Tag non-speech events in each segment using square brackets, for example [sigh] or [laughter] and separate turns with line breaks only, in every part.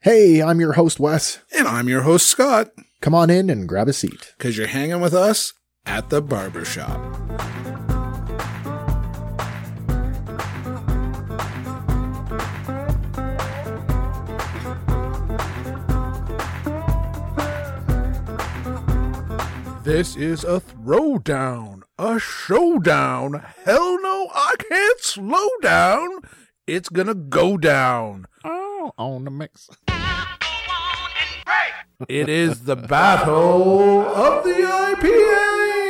Hey, I'm your host, Wes.
And I'm your host, Scott,
Come on in and grab a seat.
because you're hanging with us at the barbershop. This is a throwdown, a showdown. Hell no, I can't slow down. It's gonna go down.
Oh, on the mix.
It is the battle of the IPAs.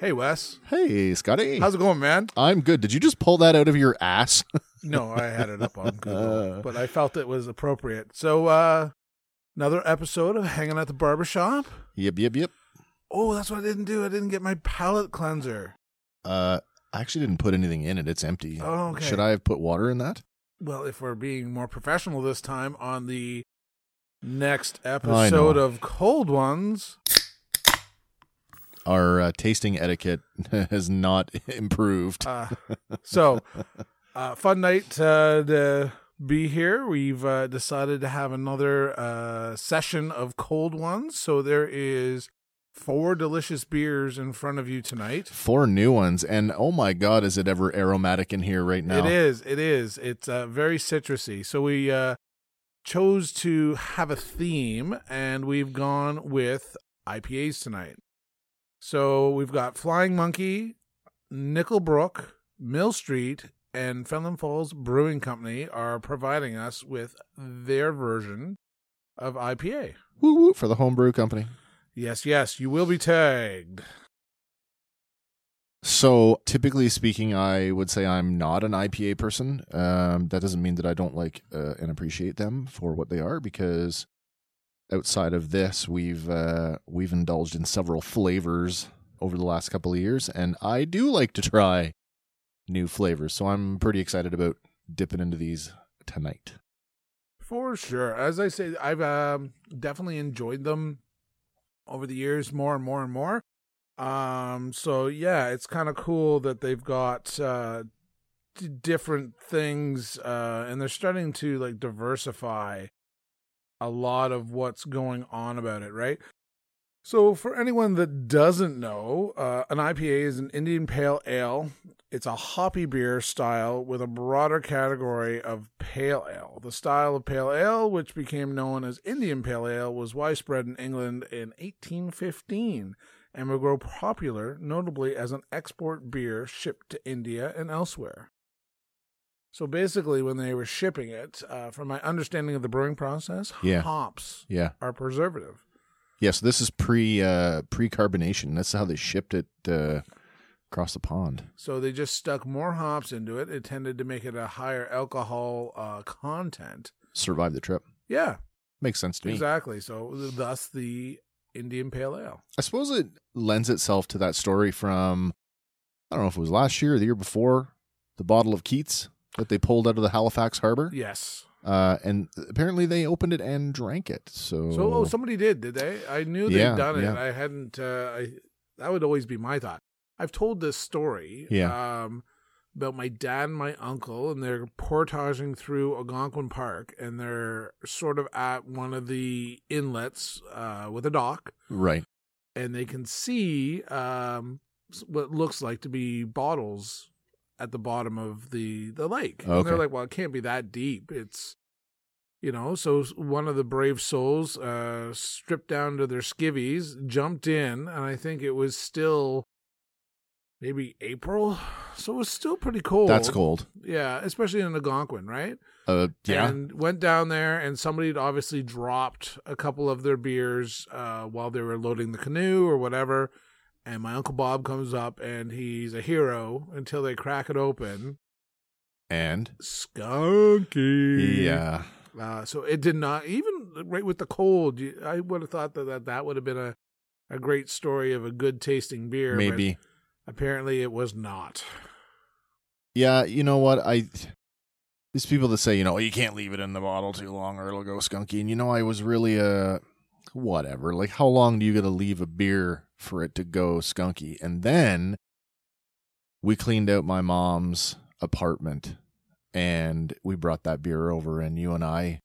Hey Wes,
Hey, Scotty.
how's it going, man?
I'm good. Did you just pull that out of your ass? [laughs]
No, I had it up on Google, but I felt it was appropriate. So, uh, another episode of Hanging at the Barbershop.
yep, yep, yep.
Oh, that's what I didn't do. I didn't get my palate cleanser.
Uh, I actually didn't put anything in it. It's empty.
Oh, okay.
Should I have put water in that?
Well, if we're being more professional this time on the next episode of Cold Ones,
Our uh, tasting etiquette [laughs] has not [laughs] improved.
Uh, so, uh, fun night uh, to be here. We've uh, decided to have another uh, session of cold ones. So there is four delicious beers in front of you tonight.
Four new ones, and oh my god, is it ever aromatic in here right now?
It is. It is. It's uh, very citrusy. So we uh, chose to have a theme, and we've gone with IPAs tonight. So we've got Flying Monkey, Nickelbrook, Mill Street, and Fenland Falls Brewing Company are providing us with their version of IPA.
Woo woo for the homebrew company.
Yes, yes, you will be tagged.
So, typically speaking, I would say I'm not an IPA person. Um, that doesn't mean that I don't like uh, and appreciate them for what they are, because outside of this, we've uh, we've indulged in several flavors over the last couple of years, and I do like to try new flavors. So I'm pretty excited about dipping into these tonight.
For sure. As I say, I've um, definitely enjoyed them over the years more and more and more. Um, so yeah, it's kind of cool that they've got uh, d- different things, uh, and they're starting to like diversify a lot of what's going on about it, right? So, for anyone that doesn't know, uh, an IPA is an Indian Pale Ale. It's a hoppy beer style with a broader category of pale ale. The style of pale ale, which became known as Indian Pale Ale, was widespread in England in 1815 and would grow popular, notably as an export beer shipped to India and elsewhere. So basically, when they were shipping it, uh, from my understanding of the brewing process,
Yeah.
hops
Yeah,
are preservative.
yeah. So this is pre uh, pre carbonation. That's how they shipped it uh, across the pond.
So they just stuck more hops into it. It tended to make it a higher alcohol uh, content.
Survive the trip.
Yeah,
Makes sense to me.
exactly. So thus the Indian Pale Ale.
I suppose it lends itself to that story from I don't know if it was last year or the year before the bottle of Keats that they pulled out of the Halifax harbor.
Yes.
Uh, and apparently they opened it and drank it. So,
So oh, somebody did, did they? I knew they'd
Yeah,
done it.
yeah.
I hadn't. Uh, I that would always be my thought. I've told this story.
Yeah.
Um, about my dad and my uncle, and they're portaging through Algonquin Park, and they're sort of at one of the inlets uh, with a dock,
right.
and they can see um, s- what looks like to be bottles at the bottom of the the lake. And they're
Okay.
like, "Well, it can't be that deep. It's you know." So s- one of the brave souls uh, stripped down to their skivvies, jumped in, and I think it was still maybe April, so it was still pretty cold.
That's cold.
Yeah, especially in Algonquin, right?
Uh, yeah.
and went down there and somebody had obviously dropped a couple of their beers uh, while they were loading the canoe or whatever and my uncle bob comes up and he's a hero until they crack it open
And,
skunky
yeah.
uh, so it did not even right with the cold you- i would have thought that that, that would have been a, a great story of a good tasting beer but
Maybe.
apparently it was not
Yeah. You know what? I, these people that say, you know, you can't leave it in the bottle too long or it'll go skunky. And, you know, I was really, uh, whatever. Like, how long do you got to leave a beer for it to go skunky? And then we cleaned out my mom's apartment and we brought that beer over, and you and I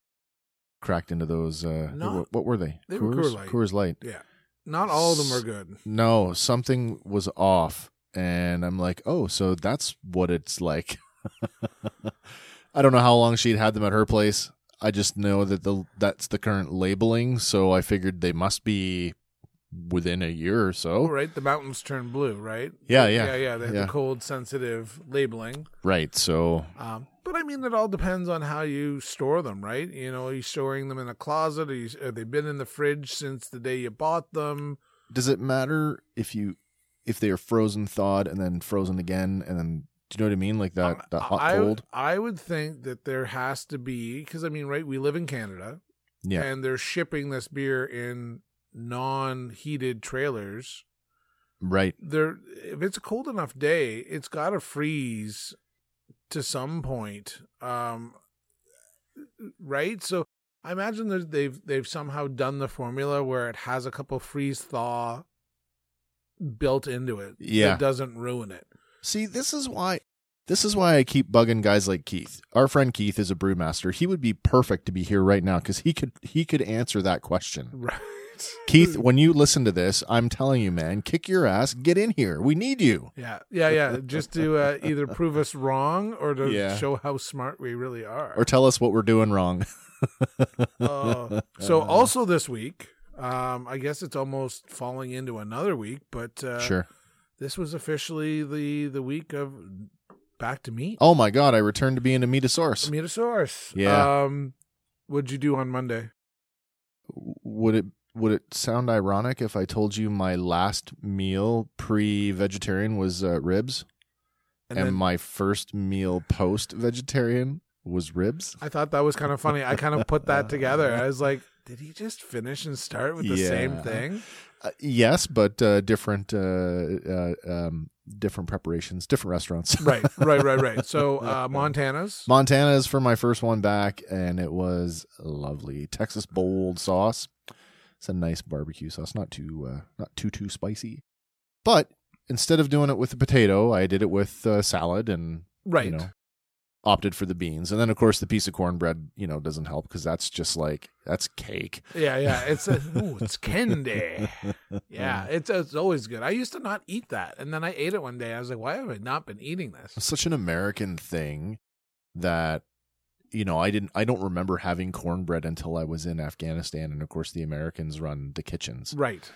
cracked into those. Uh,
Not-
what, what were they?
they were Coors Light.
Coors Light.
Yeah. Not all of them are good.
No, something was off, and I'm like, oh, so that's what it's like. [laughs] I don't know how long she'd had them at her place. I just know that the that's the current labeling, so I figured they must be within a year or so.
Right? The mountains turn blue, right?
Yeah, Oh. yeah,
Yeah, yeah. They have
yeah.
the cold sensitive labeling.
right. So
Um, but I mean, it all depends on how you store them, right? You know, are you storing them in a closet? Are, you, have they been in the fridge since the day you bought them?
does it matter if you if they are frozen, thawed, and then frozen again, and then do you know what I mean? Like that
Um,
that hot
I,
cold.
I would think that there has to be because I mean, right? We live in Canada,
Yeah.
and they're shipping this beer in non-heated trailers.
Right.
There, if it's a cold enough day, it's got to freeze to some point, um, right? So I imagine that they've they've somehow done the formula where it has a couple freeze thaw built into it.
Yeah.
that doesn't ruin it. [laughs]
See, this is why this is why I keep bugging guys like Keith. Our friend Keith is a brewmaster. He would be perfect to be here right now because he could he could answer that question.
Right,
Keith, when you listen to this, I'm telling you, man, kick your ass, get in here. We need you.
[laughs] Yeah, yeah, yeah. Just to uh, either prove us wrong or to
Yeah.
show how smart we really are.
Or tell us what we're doing wrong. [laughs]
Uh, so also this week, um, I guess it's almost falling into another week, but uh,
sure.
this was officially the the week of back to meat.
Oh my god, I returned to being a metasaurus.
Meet a source.
Yeah.
Um, what'd you do on Monday?
Would it would it sound ironic if I told you my last meal pre-vegetarian was uh, ribs, and,
then
my first meal post-vegetarian was ribs?
I thought that was kind of funny. I kind of
[laughs]
put that together. I was like, did he just finish and start with the same
Yeah.
thing?
Uh, yes, but uh, different uh, uh, um, different preparations, different restaurants. [laughs]
Right, right, right, right. So uh, Montana's.
Montana is for my first one back, and it was lovely. Texas bold sauce. It's a nice barbecue sauce, not too uh, not too too spicy. But instead of doing it with the potato, I did it with uh, salad and
right.
you know opted for the beans, and then of course the piece of cornbread you know doesn't help because that's just like that's cake.
Yeah, yeah.
[laughs]
It's a, ooh, it's candy. Yeah, it's it's always good. I used to not eat that, and then I ate it one day. I was like, why have I not been eating this?
such an American thing that you know I didn't I don't remember having cornbread until I was in Afghanistan and of course the Americans run the kitchens.
Right.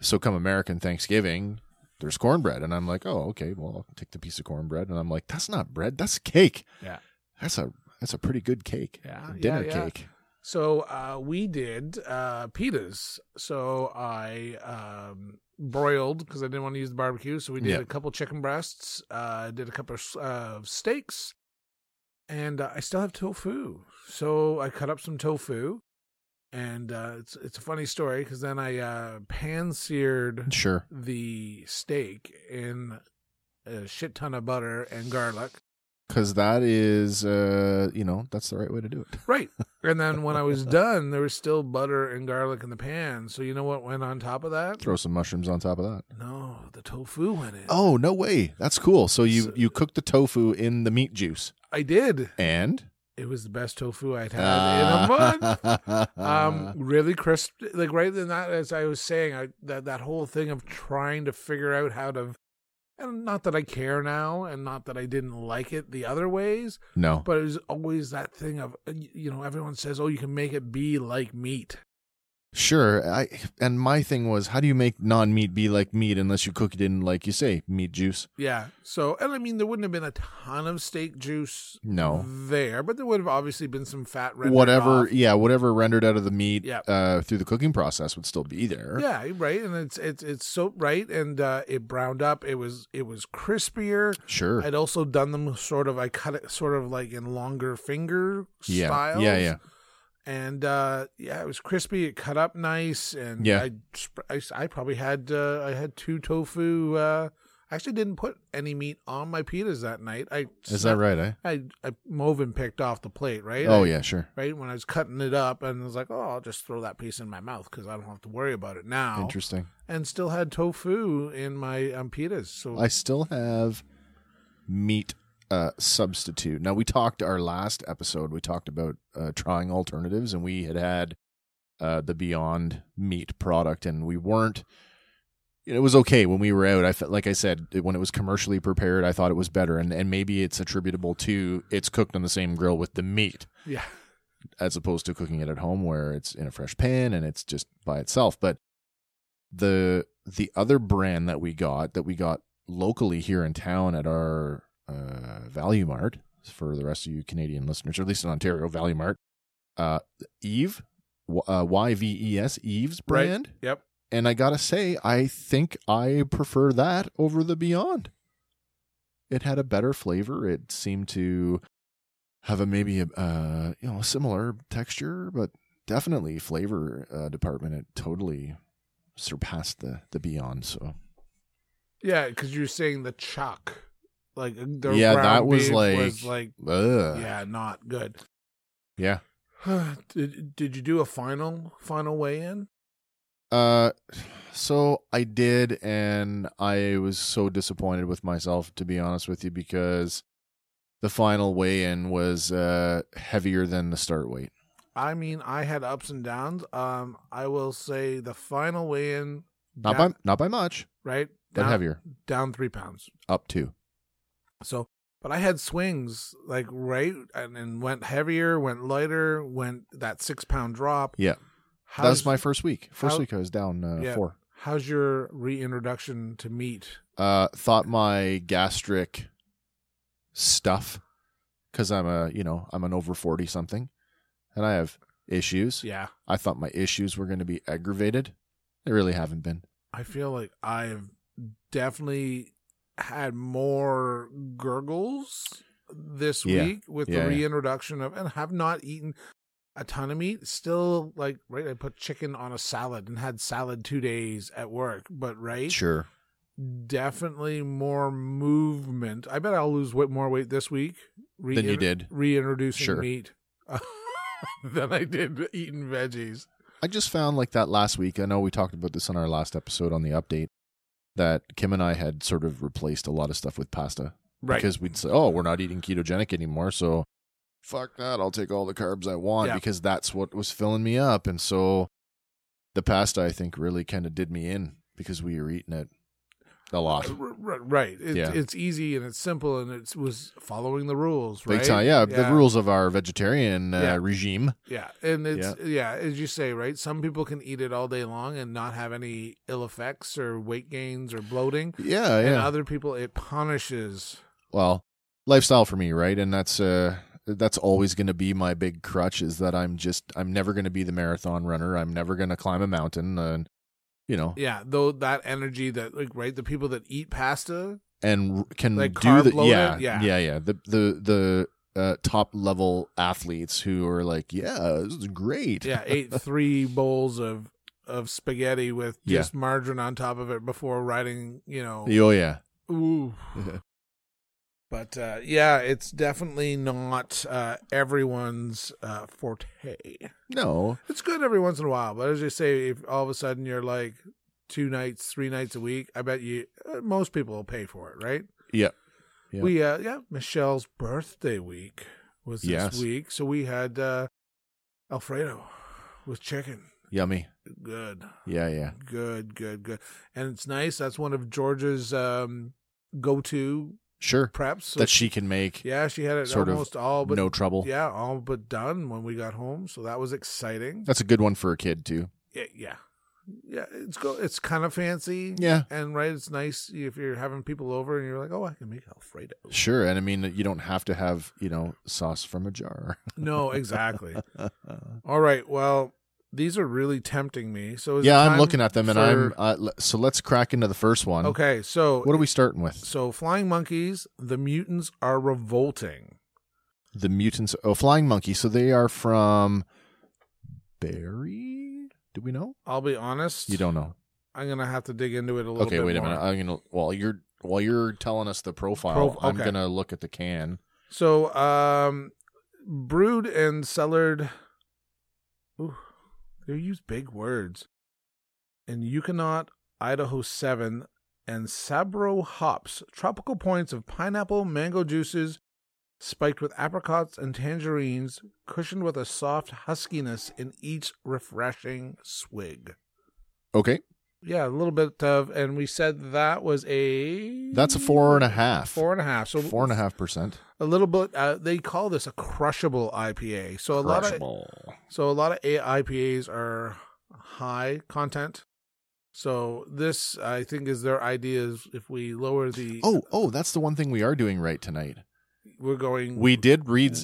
So come American Thanksgiving, there's cornbread and I'm like, "Oh, okay, well, I'll take the piece of cornbread." And I'm like, "That's not bread, that's cake."
Yeah.
That's a that's a pretty good cake.
Yeah,
A
yeah,
Dinner
yeah.
cake.
So uh, we did uh, pitas. So I um, broiled because I didn't want to use the barbecue. So we did
Yeah.
a couple chicken breasts. Uh, did a couple of uh, steaks, and uh, I still have tofu. So I cut up some tofu, and uh, it's it's a funny story because then I uh, pan seared
Sure.
the steak in a shit ton of butter and garlic.
Cuz that is uh, you know, that's the right way to do it.
Right. And then when I was done, there was still butter and garlic in the pan. So you know what went on top of that?
Throw some mushrooms on top of that.
No, the tofu went in.
Oh, no way. That's cool. So you
So-
you cook the tofu in the meat juice
I did.
and
It was the best tofu I'd had
[laughs]
in a month.
uh,
Um, really crisp. Like right in that, as I was saying, I, that that whole thing of trying to figure out how to, and not that I care now, and not that I didn't like it the other ways,
no.
but it was always that thing of uh, y- you know everyone says oh you can make it be like meat
Sure. I and my thing was how do you make non-meat be like meat unless you cook it in like you say meat juice?
yeah so and i mean there wouldn't have been a ton of steak juice
No.
there but there would have obviously been some fat rendered
whatever,
Mm, off.
yeah, whatever rendered out of the meat
Yeah.
uh, through the cooking process would still be there.
yeah right and it's it's it's so right and uh it browned up it was it was crispier
Sure.
i'd also done them sort of i cut it sort of like in longer finger
yeah.
styles
Yeah, yeah.
and uh yeah it was crispy it cut up nice and
Yeah.
I, sp- I s- I probably had uh, i had two tofu uh I actually didn't put any meat on my pitas that night i
Is that right? Eh?
i i move and picked off the plate right
Oh
I-
yeah, sure.
right when i was cutting it up and i was like oh i'll just throw that piece in my mouth because i don't have to worry about it now
Interesting.
and still had tofu in my um, pitas so
I still have meat uh, substitute. Now we talked our last episode. We talked about uh, trying alternatives, and we had had uh, the Beyond Meat product, and we weren't. It was okay when we were out. I felt like I said it- when it was commercially prepared, I thought it was better, and and maybe it's attributable to it's cooked on the same grill with the meat
[laughs] Yeah.
as opposed to cooking it at home where it's in a fresh pan and it's just by itself. But the the other brand that we got that we got locally here in town at our uh, Value Mart for the rest of you Canadian listeners, or at least in Ontario, Value Mart, uh, Eve, Y- uh, Y V E S, Eve's
Right.
brand.
Yep.
And I gotta say, I think I prefer that over the Beyond. It had a better flavor. It seemed to have a maybe a uh, you know similar texture, but definitely flavor uh, department. It totally surpassed the the Beyond. So
Yeah, because you're saying the chuck, like the
Yeah,
ground
that was
beef
like- uh,
was like
Ugh.
yeah, not good. [sighs]
yeah.
did did you do a final final weigh in?
Uh, so I did, and I was so disappointed with myself, to be honest with you, because the final weigh in was uh, heavier than the start weight.
I mean, I had ups and downs. Um, I will say the final weigh in,
Not by not by much,
right,
but
down,
heavier.
down three pounds.
Up two.
So, but I had swings like right and, and went heavier, went lighter, went that six pound drop.
Yeah.
How's,
that was my first week. First
how-
week I was down uh,
Yeah.
four.
How's your reintroduction to meat?
Uh, thought my gastric stuff, because I'm a you know I'm an over forty something, and I have issues.
Yeah,
I thought my issues were going to be aggravated. They really haven't been.
I feel like I've definitely had more gurgles this
Yeah.
week with
Yeah, yeah.
the reintroduction of, and have not eaten a ton of meat. Still, like, right, I put chicken on a salad and had salad two days at work, but right,
Sure.
definitely more movement. I bet I'll lose weight, more weight this week. Re-
Than you did.
Reintroducing
Sure.
meat [laughs] than I did eating veggies.
I just found like that last week. I know we talked about this on our last episode on the update that Kim and I had sort of replaced a lot of stuff with pasta
Right.
because we'd say, "Oh, we're not eating ketogenic anymore," so fuck that. I'll take all the carbs I want
Yeah.
because that's what was filling me up. And so the pasta, I think, really kind of did me in because we were eating it a lot.
R- r- Right. It,
Yeah.
It's easy and it's simple and it was following the rules, right?
Big time, yeah,
yeah.
The rules of our vegetarian uh,
Yeah.
regime.
Yeah. And it's, yeah. as you say, right? Some people can eat it all day long and not have any ill effects or weight gains or bloating.
Yeah,
And uh,
yeah.
other people, it punishes.
well lifestyle for me right and that's uh that's always going to be my big crutch is that i'm just i'm never going to be the marathon runner i'm never going to climb a mountain and you know
Yeah. Though that energy that, like, right? The people that eat pasta,
and r- can
Like
do
carb
the
loaded?
yeah, yeah
Yeah.
yeah the the the uh, top level athletes who are like yeah this is great
yeah,
[laughs]
ate three bowls of, of spaghetti with
Yeah.
just margarine on top of it before riding, you know.
oh yeah [laughs]
Ooh.
Mm-hmm.
But uh, yeah, it's definitely not uh, everyone's uh, forte.
no
It's good every once in a while, but as you say, if all of a sudden you're like two nights, three nights a week, I bet you uh, most people will pay for it, right?
yeah Yeah.
We uh, yeah, Michelle's birthday week was this
Yes.
week, so we had uh, Alfredo with chicken.
yummy
Good,
yeah yeah
good, good, good, and it's nice. That's one of George's um, go-to
sure
preps. So
that she can make
yeah, she had it
sort of
almost all but
no trouble
yeah, all but done when we got home. So that was exciting.
that's a good one for a kid too
Yeah, yeah, yeah. It's go. It's kind of fancy.
yeah
and right, it's nice if you're having people over and you're like, oh, I can make Alfredo.
sure and i mean you don't have to have you know sauce from a
[laughs]
jar
no, exactly. All right. Well, these are really tempting me. So is it
yeah, I'm
time
looking at them, and I'm
for-
uh, l- so let's crack into the first one.
okay. So
what are we starting with?
So flying monkeys, the mutants are revolting.
The mutants. Oh, flying monkey. So they are from Barry. Do we know?
I'll be honest.
You don't know.
I'm gonna have to dig into it a little.
Okay,
bit
wait a
more.
minute. I'm gonna while you're while you're telling us the profile,
Prof-
I'm
okay.
gonna look at the can.
So, um, brewed and cellared. Ooh, they use big words. In Yukonot, Idaho 7, and Sabro hops, tropical points of pineapple, mango juices, spiked with apricots and tangerines, cushioned with a soft huskiness in each refreshing swig.
Okay.
Yeah, a little bit of, and we said that was a.
That's a four and a half.
Four and a half. So
Four and a half percent.
a little bit. Uh, they call this a crushable IPA. So a lot of
Crushable.
So a lot of A- IPAs are high content. So this, I think, is their idea is if we lower the,
Oh, oh, that's the one thing we are doing right tonight.
we're going.
We did read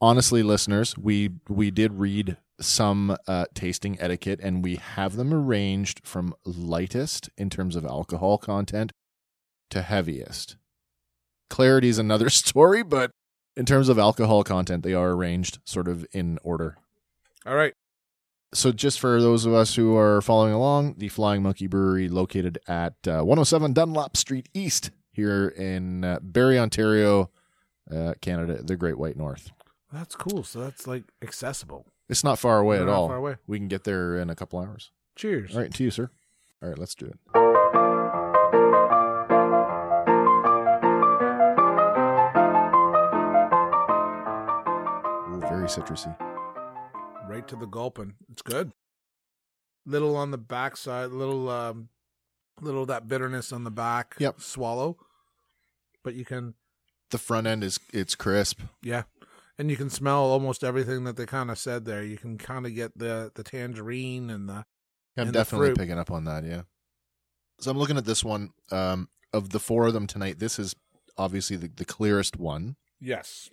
honestly listeners, we we did read some uh, tasting etiquette and we have them arranged from lightest in terms of alcohol content to heaviest. Clarity is another [laughs] story, but in terms of alcohol content, they are arranged sort of in order.
all right.
So, just for those of us who are following along, the Flying Monkey Brewery, located at uh, 107 Dunlop Street East here in uh, Barrie, Ontario, uh, Canada, the Great White North.
That's cool. So that's like accessible.
It's not far away at
Not
all.
Far away.
We can get there in a couple hours.
Cheers.
All right, to you, sir. All right, let's do it. Ooh, very citrusy.
Right to the gulping. It's good. Little on the backside, little, um, little that bitterness on the back.
Yep.
Swallow, but you can,
The front end is it's crisp.
yeah, and you can smell almost everything that they kind of said there. You can kind of get the the tangerine and the
I'm
And the
definitely
fruit.
picking up on that, yeah. So I'm looking at this one. Um, of the four of them tonight, this is obviously the, the clearest one.
Yes.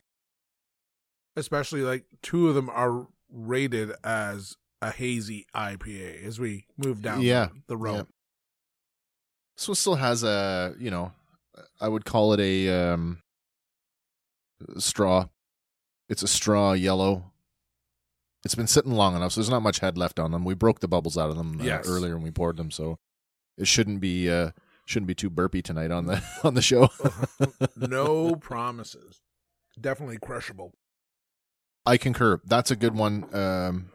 Especially like two of them are rated as a hazy IPA as we move down
Yeah,
the road.
This one still has a, you know, I would call it a um, straw. It's a straw yellow. It's been sitting long enough, so there's not much head left on them. We broke the bubbles out of them uh,
Yes.
earlier when we poured them, so it shouldn't be uh, shouldn't be too burpy tonight on the [laughs] on the show.
[laughs] no promises. Definitely crushable.
I concur. That's a good one. Um,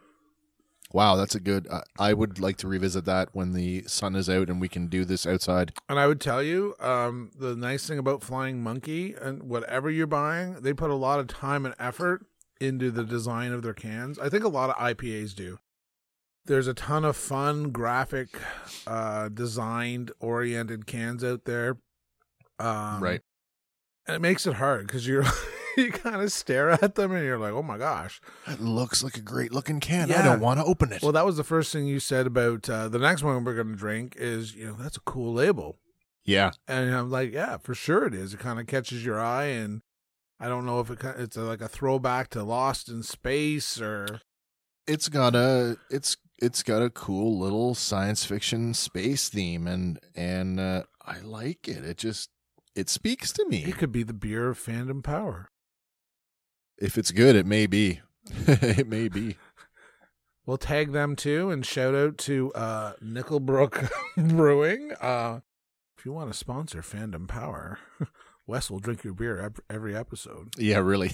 wow, that's a good. I, I would like to revisit that when the sun is out and we can do this outside.
And I would tell you, um, the nice thing about Flying Monkey and whatever you're buying, they put a lot of time and effort into the design of their cans. I think a lot of IPAs do. There's a ton of fun, graphic, uh, designed oriented cans out there. Um,
right.
And it makes it hard because you're [laughs] you kind of stare at them and you're like, oh my gosh.
That looks like a great looking can.
Yeah.
I don't want to open it.
Well, that was the first thing you said about uh, the next one we're going to drink is you know that's a cool label,
yeah.
and I'm like, yeah, for sure it is. It kind of catches your eye, and I don't know if it ki- it's a, like a throwback to Lost in Space or
It's got a it's it's got a cool little science fiction space theme and and uh, I like it. It just it speaks to me.
it could be the beer of fandom power.
If it's good, it may be. [laughs] it may be.
We'll tag them too, and shout out to uh, Nickelbrook [laughs] Brewing. Uh, if you want to sponsor Fandom Power, [laughs] Wes will drink your beer ep- every episode.
Yeah, really.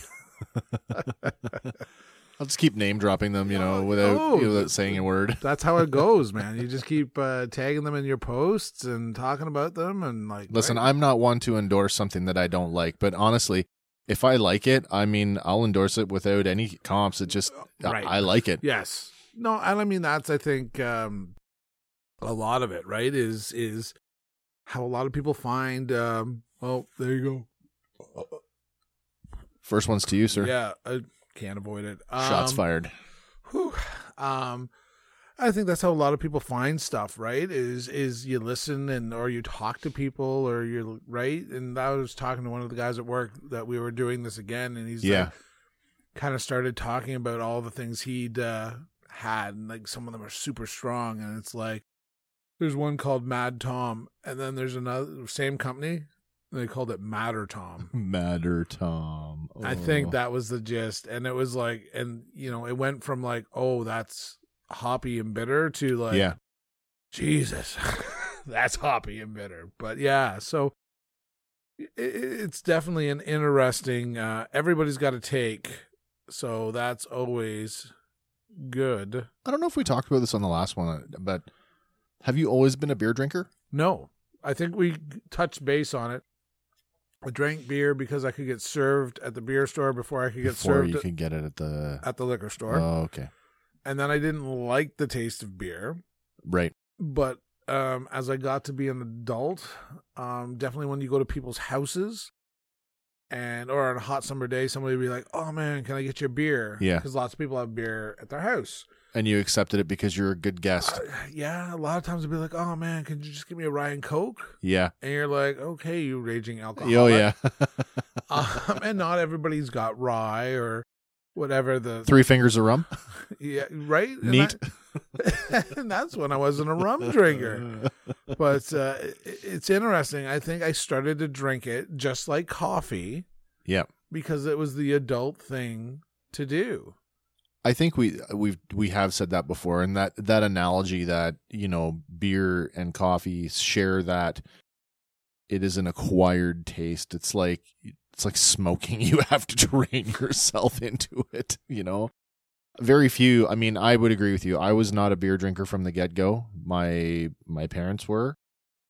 [laughs] I'll just keep name dropping them, you know, without
Oh,
you know,
the-
without saying a [laughs] word.
That's how it goes, man. You just keep uh, tagging them in your posts and talking about them, and like,
Listen,
right?
I'm not one to endorse something that I don't like, but honestly, if I like it, I mean, I'll endorse it without any comps. It just,
Right.
I, I like it.
yes, no, and I mean that's I think um, a lot of it, right? Is is how a lot of people find. Um, oh, there you go.
First one's to you, sir.
Yeah, I can't avoid it. Um,
Shots fired.
Whew. Um, I think that's how a lot of people find stuff, right? Is is you listen and or you talk to people or you're right. And I was talking to one of the guys at work that we were doing this again, and he's
Yeah.
like, kind of started talking about all the things he'd uh, had, and like some of them are super strong, and it's like there's one called Mad Tom, and then there's another same company. They called it Matter Tom.
Matter Tom. Oh.
I think that was the gist. And it was like, and you know, it went from like, oh, that's hoppy and bitter to like,
yeah.
Jesus, [laughs] that's hoppy and bitter. But yeah, so i- i it's definitely an interesting, uh, everybody's got a take. So that's always good.
I don't know if we talked about this on the last one, but have you always been a beer drinker?
No, I think we touched base on it. I drank beer because I could get served at the beer store before I could get
Before
served
you could get it at the.
at the liquor store.
Oh, okay.
and then I didn't like the taste of beer.
Right.
But um, as I got to be an adult, um, definitely when you go to people's houses and or on a hot summer day, somebody would be like, "Oh man, can I get your beer?"
Yeah.
because lots of people have beer at their house.
And you accepted it because you're a good guest.
Uh, yeah, a lot of times I'd be like, "Oh man, can you just give me a Ryan Coke?"
Yeah.
And you're like, "Okay, you raging alcoholic."
Oh, yeah.
[laughs] um, and not everybody's got rye or whatever the
[laughs] Three fingers of rum.
yeah right And
Neat.
I- [laughs] and that's when I wasn't a
[laughs]
rum drinker.
Uh,
but uh, i- it's interesting. I think I started to drink it just like coffee.
Yep.
Because it was the adult thing to do.
I think we we've we have said that before, and that that analogy that you know beer and coffee share that it is an acquired taste. It's like it's like smoking. [laughs] You have to train yourself into it. You know, very few. I mean, I would agree with you. I was not a beer drinker from the get go. My my parents were,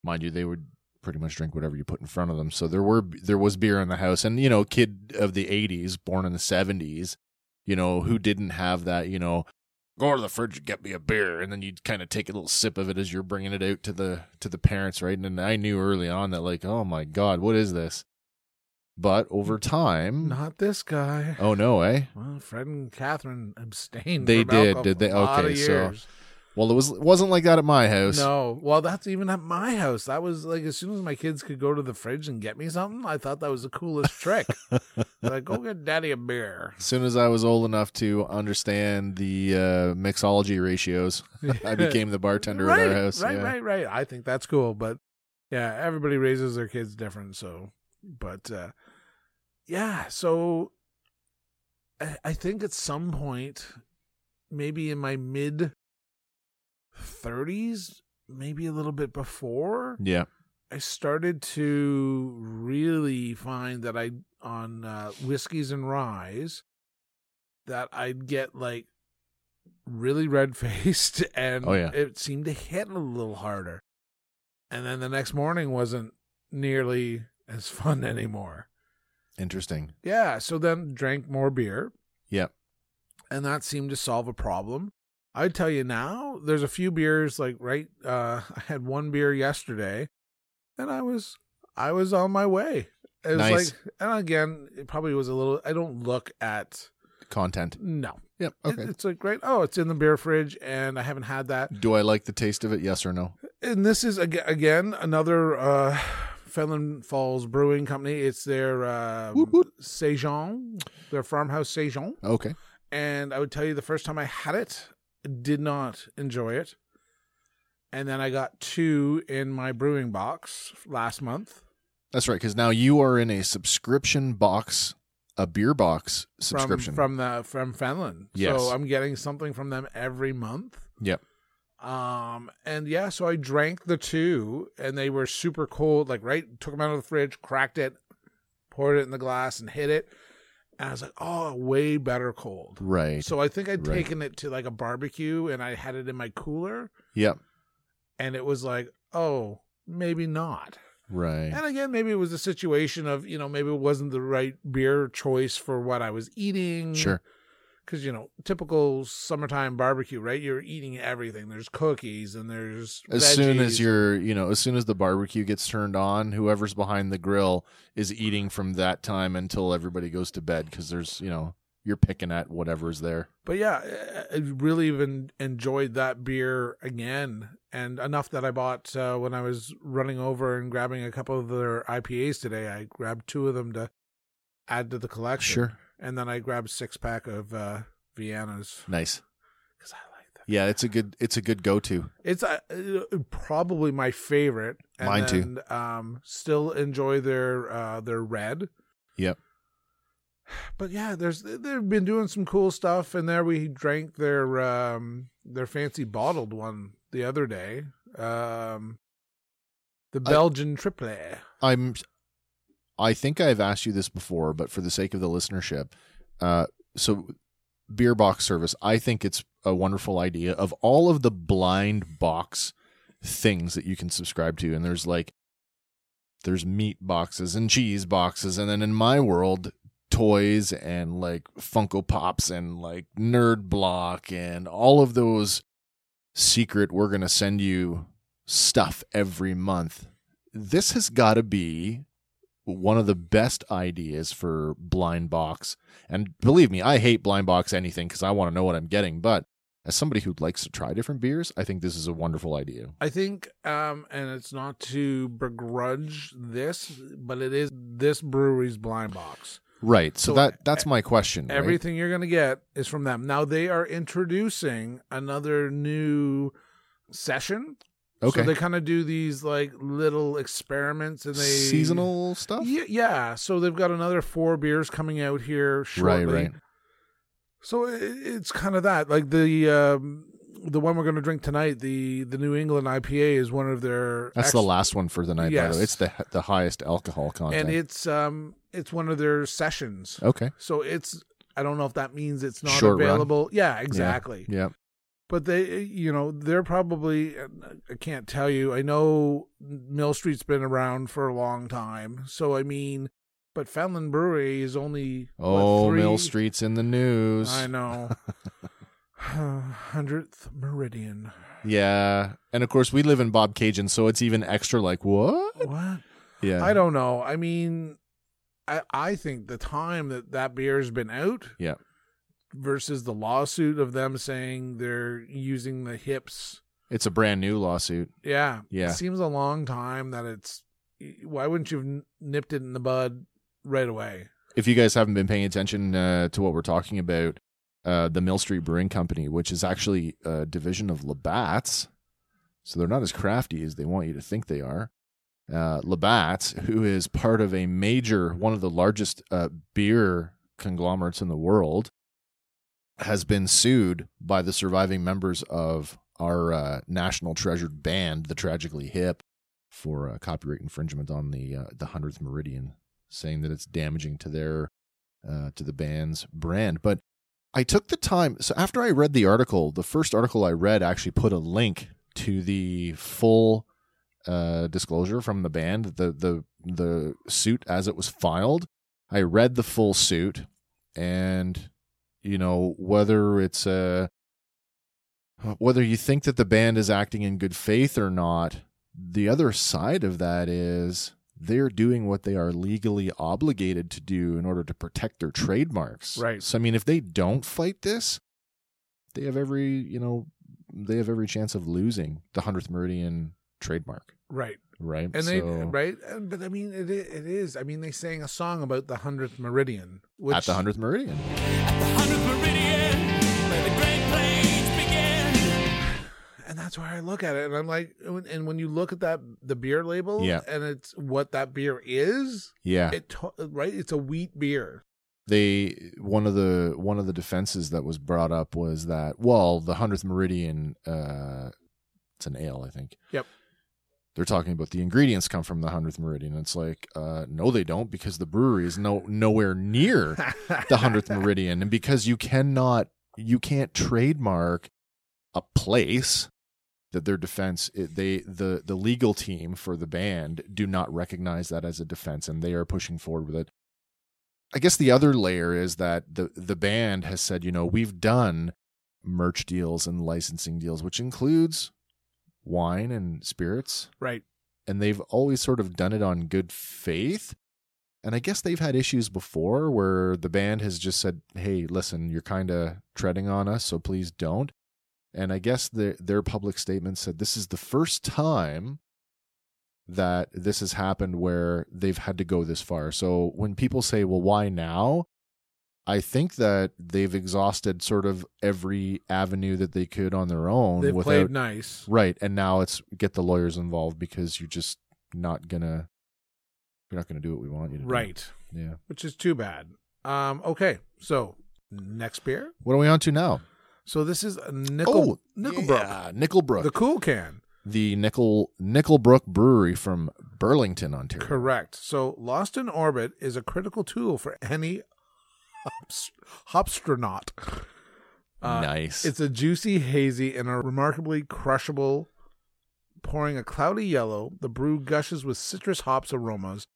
mind you, they would pretty much drink whatever you put in front of them. So there were there was beer in the house, and you know, kid of the '80s, born in the '70s you know, who didn't have that, you know, go to the fridge and get me a beer, and then you'd kind of take a little sip of it as you're bringing it out to the to the parents, right? And then I knew early on that, like, oh my god, what is this? But over time,
Not this guy.
oh no, eh?
Well, Fred and Catherine abstained.
They
from
did,
alcohol
did they?
for a lot
Okay,
of
so-
years.
Well, it was it wasn't like that at my house.
No, well, that's even at my house. That was like as soon as my kids could go to the fridge and get me something, I thought that was the
[laughs]
coolest trick. like, go get daddy a beer.
As soon as I was old enough to understand the uh, mixology ratios,
[laughs]
I became the bartender
right,
at our house.
Right,
yeah.
right, right. I think that's cool, but yeah, everybody raises their kids different. So, but uh, yeah, so I, I think at some point, maybe in my mid thirties, maybe a little bit before,
Yeah.
I started to really find that I on uh, whiskeys and ryes that I'd get like really red [laughs] faced and
Oh, yeah.
it seemed to hit a little harder. And then the next morning wasn't nearly as [laughs] fun anymore.
Interesting.
Yeah, so then drank more beer
Yeah.
and that seemed to solve a problem. I tell you now, there's a few beers like right uh [laughs] I had one beer yesterday and I was I was on my way. It was
Nice.
like and again, it probably was a little I don't look at
Content.
no.
Yep.
It-
Okay.
it's like right, oh, it's in the beer fridge and I haven't had that.
Do I like the taste of it? Yes or no?
And this is ag- again another uh Fenland Falls Brewing Company. It's their uh
Whoop, whoop.
Saison, their farmhouse Saison
Okay.
and I would tell you the first time I had it, did not enjoy it. And then I got two in my brewing box last month.
That's right, because now you are in a subscription box, a beer box subscription.
from from the from Fenland.
Yes.
So I'm getting something from them every month.
Yep.
Um and yeah, so I drank the two and they were super cold. Like right, took them out of the fridge, cracked it, poured it in the glass, and hit it. And I was like, oh, way better cold.
right.
So I think I'd
Right.
taken it to like a barbecue and I had it in my cooler.
Yep.
and it was like, oh, maybe not.
Right.
And again, maybe it was a situation of, you know, maybe it wasn't the right beer choice for what I was eating.
Sure.
Because, you know, typical summertime barbecue, right? You're eating everything. There's cookies and there's.
As soon as
veggies.
you're, you know, as soon as the barbecue gets turned on, whoever's behind the grill is eating from that time until everybody goes to bed because there's, you know, you're picking at whatever's there.
But yeah, I I really even enjoyed that beer again. And enough that I bought uh, when I was running over and grabbing a couple of their IPAs today. I grabbed two of them to add to the collection. and then I grabbed six pack of uh, Viennas
Nice.
because I like that.
Yeah, it's a good it's a good go to.
It's uh, uh, probably my favorite. And
Mine too.
then, Um, still enjoy their uh, their red.
Yep.
But yeah, there's they've been doing some cool stuff, and there we drank their um, their fancy bottled one the other day. Um, the
I-
Belgian triplet.
I'm I think I've asked you this before, but for the sake of the listenership, uh so beer box service, I think it's a wonderful idea of all of the blind box things that you can subscribe to and there's like there's meat boxes and cheese boxes and then in my world toys and like funko pops and like nerd block and all of those secret we're going to send you stuff every month this has got to be one of the best ideas for blind box and believe me i hate blind box anything because i want to know what i'm getting but as somebody who likes to try different beers i think this is a wonderful idea
I think, um, and it's not to begrudge this, but it is this brewery's blind box.
right so,
So, e-,
that that's my question right?
Everything you're going to get is from them. Now they are introducing another new session.
okay
So they kind of do these like little experiments and they
seasonal stuff
Yeah, yeah. So they've got another four beers coming out here shortly.
right right
So i it's kind of that. Like the um, the one we're going to drink tonight, the the New England IPA is one of their
that's
ex-
the last one for the night by the way
Yes.
it's the the highest alcohol content
and it's um it's one of their sessions.
okay
So it's I don't know if that means it's not
Oh. Short run.
available. Yeah, exactly.
yeah
But they you know, they're probably I can't tell you. I know Mill Street's been around for a long time. So I mean, but Fenland Brewery is only what,
oh
three-
mill street's in the news
I
[laughs]
know. Hundredth Meridian.
yeah and of course we live in bob cajun so it's even extra like what
What?
yeah
I don't know. I mean, I I think the time that that beer's been out,
Yeah.
versus the lawsuit of them saying they're using the hips,
it's a brand new lawsuit
yeah,
Yeah.
it seems a long time that it's. Why wouldn't you have n- nipped it in the bud right away?
if you guys haven't been paying attention uh, to what we're talking about, uh, the Mill Street Brewing Company, which is actually a division of Labatt's, so they're not as crafty as they want you to think they are. Uh, Labatt's, who is part of a major, one of the largest uh, beer conglomerates in the world, has been sued by the surviving members of our uh, national treasured band, the Tragically Hip, for uh, copyright infringement on the uh, the Hundredth Meridian saying that it's damaging to their uh, to the band's brand. But I took the time. So after I read the article, the first article I read actually put a link to the full uh, disclosure from the band, the the the suit as it was filed. I read the full suit, and you know whether it's a whether you think that the band is acting in good faith or not, the other side of that is they're doing what they are legally obligated to do in order to protect their trademarks.
Right.
So I mean, if they don't fight this, they have every you know they have every chance of losing the hundredth meridian trademark.
Right,
Right.
and they
So-
right, and, but I mean, it i- it is. I mean, they sang a song about the hundredth meridian, which
at the hundredth meridian.
and that's where I look at it, and I'm like, and when you look at that the beer label,
Yeah.
and it's what that beer is,
Yeah.
it to- right, it's a wheat beer, [laughs]
they one of the one of the defenses that was brought up was that well the 100th meridian uh it's an ale i think
Yep.
they're talking about the ingredients come from the 100th meridian it's like uh no they don't because the brewery is no nowhere near the 100th meridian and because you cannot you can't trademark a place that their defense it- they the the legal team for the band do not recognize that as a defense and they are pushing forward with it i guess the other layer is that the the band has said you know we've done merch deals and licensing deals which includes wine and spirits
right,
and they've always sort of done it on good faith. And I guess they've had issues before where the band has just said, "Hey, listen, you're kind of treading on us, so please don't." And I guess their their public statement said this is the first time that this has happened where they've had to go this far. So when people say, "Well, why now?" I think that they've exhausted sort of every avenue that they could on their own
they
without
played nice,
Right, and now it's get the lawyers involved because you're just not gonna you're not gonna do what we want you to do.
right,
Yeah.
which is too bad. Um, okay, so next beer,
What are we on to now?
so this is a nickel Nickelbrook,
yeah, Nickelbrook,
the cool can,
the Nickel Nickelbrook Brewery from Burlington, Ontario.
correct. So lost in orbit is a critical tool for any hops- hopstronaut. Uh,
nice.
It's a juicy, hazy, and a remarkably crushable pouring a cloudy yellow, the brew gushes with citrus hops aromas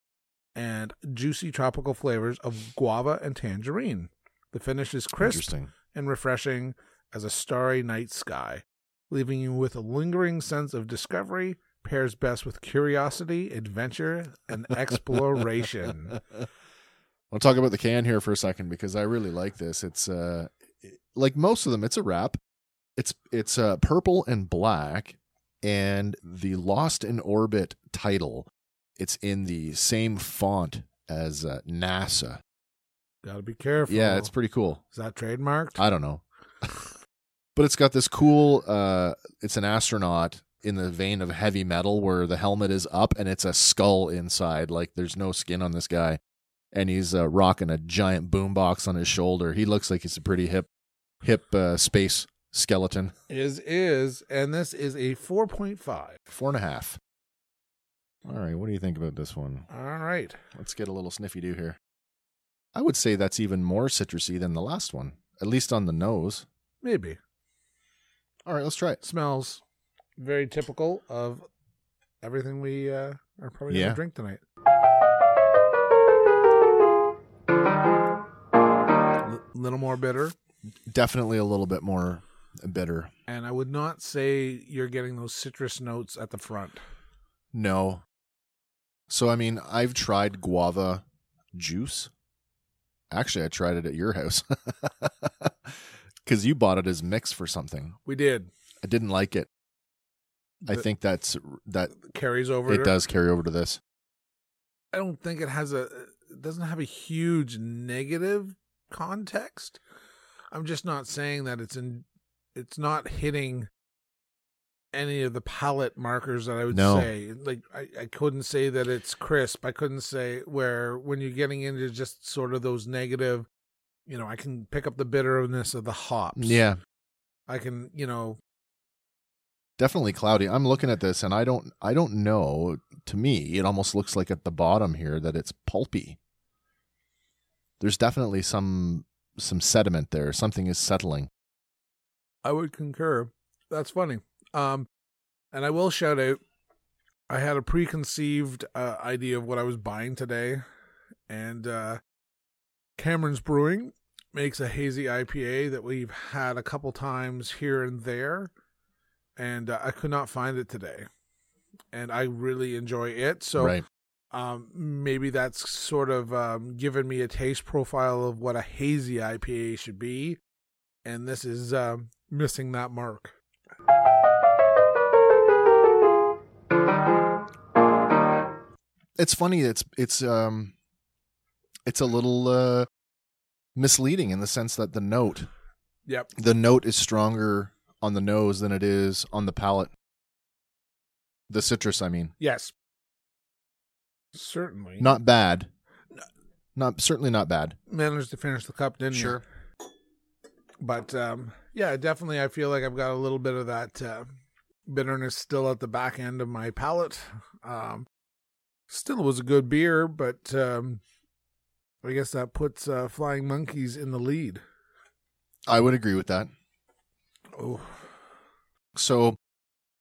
and juicy tropical flavors of guava and tangerine. The finish is crisp
Interesting.
and refreshing as a starry night sky, leaving you with a lingering sense of discovery. Pairs best with curiosity, adventure, and
[laughs]
exploration.
I'll talk about the can here for a second because I really like this. It's uh, it- like most of them, it's a wrap. It's it's uh, purple and black, and the Lost in Orbit title. It's in the same font as uh, NASA.
Gotta be careful.
Yeah, it's pretty cool.
is that trademarked?
I don't know, [laughs] but it's got this cool. Uh, it's an astronaut in the vein of heavy metal, where the helmet is up and it's a skull inside. Like there's no skin on this guy, and he's uh, rocking a giant boombox on his shoulder. He looks like he's a pretty hip, hip uh, space skeleton.
is is, and this is a four point five.
Four and a half. All right, what do you think about this one?
All right.
Let's get a little sniffy do here. I would say that's even more citrusy than the last one, at least on the nose.
Maybe.
All right, let's try it.
Smells very typical of everything we uh, are probably going
Yeah.
to drink tonight. L- little more bitter.
Definitely a little bit more bitter.
And I would not say you're getting those citrus notes at the front.
No. So I mean, I've tried guava juice. Actually, I tried it at your house [laughs] because you bought it as mix for something.
We did.
I didn't like it. I
The-
think that's that
Carries over.
it does carry over to this.
I don't think it has a it doesn't have a huge negative context. I'm just not saying that it's in it's not hitting any of the palette markers that I would
No.
say. Like I, I couldn't say that it's crisp. I couldn't say where when you're getting into just sort of those negative you know, I can pick up the bitterness of the hops.
Yeah,
I can, you know,
definitely cloudy. I'm looking at this and I don't I don't know. To me, it almost looks like at the bottom here that it's pulpy. There's definitely some some sediment there. Something is settling.
I would concur. That's funny. Um, and I will shout out. I had a preconceived uh, idea of what I was buying today, and uh, Cameron's Brewing makes a hazy IPA that we've had a couple times here and there, and uh, I could not find it today, and I really enjoy it. So
right.
um, maybe that's sort of um, given me a taste profile of what a hazy IPA should be, and this is um, missing that mark.
it's funny it's it's um it's a little uh misleading in the sense that the note
Yep,
the note is stronger on the nose than it is on the palate the citrus i mean
yes, certainly.
not bad not certainly not bad
managed to finish the cup, didn't you? But um, yeah, definitely, I feel like I've got a little bit of that uh, bitterness still at the back end of my palate. Um, still was a good beer, but um, I guess that puts uh, Flying Monkeys in the lead.
i would agree with that
Oh,
so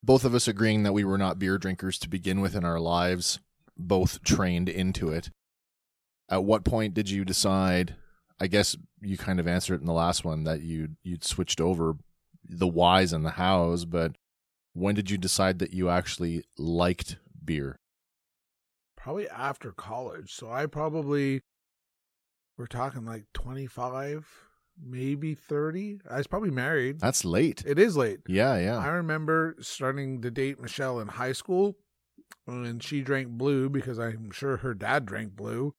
both of us agreeing that we were not beer drinkers to begin with in our lives both trained into it at what point did you decide i guess you kind of answered it in the last one that you you'd switched over the whys and the hows but when did you decide that you actually liked beer
probably after college. So I probably we're talking like 25, maybe 30. I was probably married.
that's late
It is late.
yeah yeah
I remember starting to date Michelle in high school and she drank blue because I'm sure her dad drank blue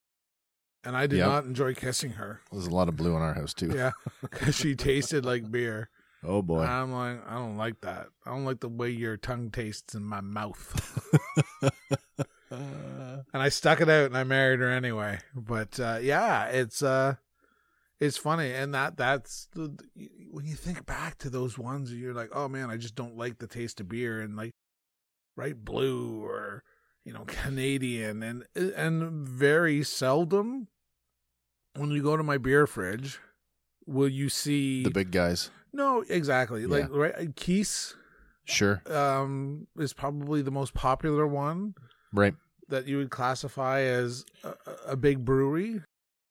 and I did
Yep.
not enjoy kissing her. [laughs]
there's a lot of blue in our house too
Yeah, cuz she tasted like beer.
oh boy
I'm like I don't like that. I don't like the way your tongue tastes in my mouth. [laughs] and I stuck it out and I married her anyway. But uh, yeah, it's uh, it's funny, and that that's the, when you think back to those ones, you're like, oh man, I just don't like the taste of beer, and like, right, blue or you know [laughs] Canadian, and uh, and very seldom when you go to my beer fridge will you see
the big guys
no exactly like
Yeah.
right Keese
Sure.
um, is probably the most popular one
Right.
that you would classify as a, a- a big brewery,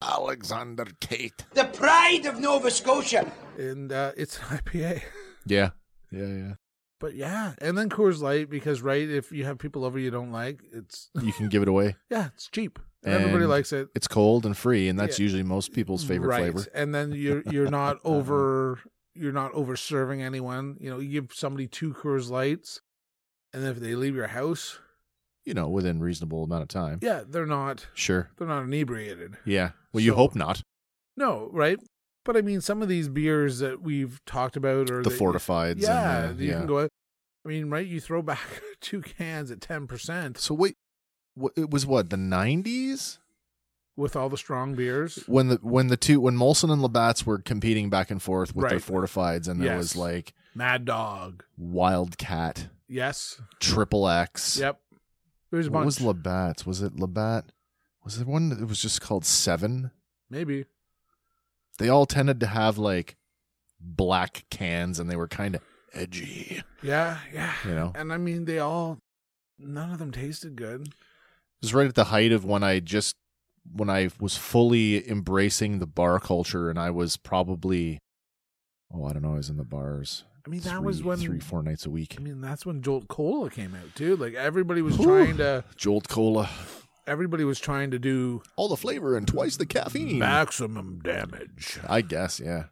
Alexander Tate.
The pride of Nova Scotia.
and uh, it's [laughs] an IPA.
Yeah. Yeah, yeah.
But yeah, and then Coors Light because right, if you have people over you don't like, it's
You can give it away.
yeah, it's cheap. And everybody
And
likes it.
It's cold and free, and that's
Yeah.
usually most people's favorite
right.
flavor. Uh-huh.
And then you're
[laughs]
you're not over you're not over serving anyone. You know, you give somebody two Coors Lights, and if they leave your house,
You know, within reasonable amount of time.
yeah, they're not
Sure.
they're not inebriated.
Yeah. Well, you
So-
hope not.
No, right? But I mean, some of these beers that we've talked about are
The fortifieds.
Yeah,
And, uh,
you
yeah.
can go. out- I mean, right? You throw back [laughs] two cans at ten percent
so wait, wh- it was what the '90s
with all the strong beers.
when the when the two when Molson and Labatt's were competing back and forth with their
Right.
fortifieds, and there
Yes.
was like
Mad Dog.
Wildcat,
Yes.
Triple X.
Yep. There's a
What
bunch.
was Labatt's? Was it Labatt? Was there one that was just called Seven?
Maybe.
They all tended to have like black cans, and they were kind of edgy.
Yeah, yeah.
You know,
And I mean, they all, none of them tasted good.
It was right at the height of when I just when I was fully embracing the bar culture, and I was probably oh I don't know I was in the bars.
I mean, that was
three-
when.
three four nights a week.
I mean, that's when Jolt Cola came out too. Like everybody was
Whew.
trying to,
Jolt cola,
everybody was trying to do
all the flavor and twice the caffeine.
maximum damage.
I guess yeah.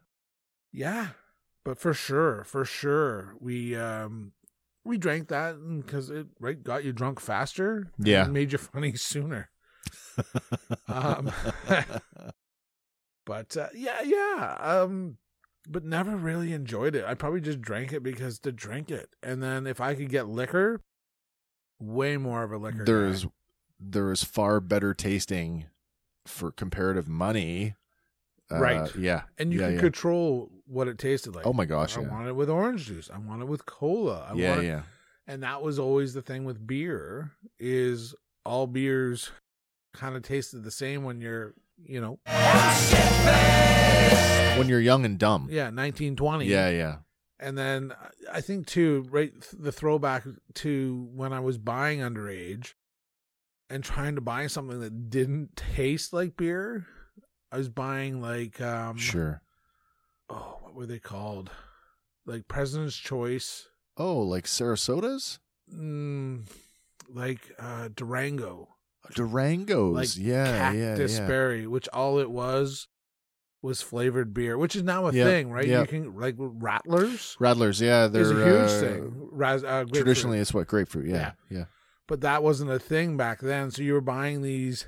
Yeah, but for sure, for sure, we um we drank that because it right got you drunk faster. and
Yeah.
it made you [laughs] funny sooner.
[laughs]
Um, [laughs] but uh, yeah, yeah. Um, but never really enjoyed it. I probably just drank it because to drink it, and then if I could get liquor, way more of a liquor.
there
guy.
is there is far better tasting for comparative money. Uh,
Right.
Yeah.
and you
yeah,
can
yeah.
control what it tasted like.
Oh my gosh.
I
Yeah.
want it with orange juice. I want it with cola. I
Yeah.
want it
Yeah.
and that was always the thing with beer is all beers kind of tasted the same when you're you know
When you're young and dumb.
yeah 1920
Yeah. Yeah.
and then I- i think too right th- the throwback to when i was buying underage and trying to buy something that didn't taste like beer i was buying like um
Sure.
oh what were they called like president's choice
Oh, like Sarasota's.
mm, like uh durango
Durangos.
like
yeah, yeah,
cactus
yeah.
berry, which all it was was flavored beer, which is now a
Yep,
thing, right?
yep.
You can like rattlers
Rattlers, yeah, they're
is a huge
uh,
thing. Raz, uh, grapefruit.
Traditionally, it's what grapefruit. Yeah, yeah.
but that wasn't a thing back then. So you were buying these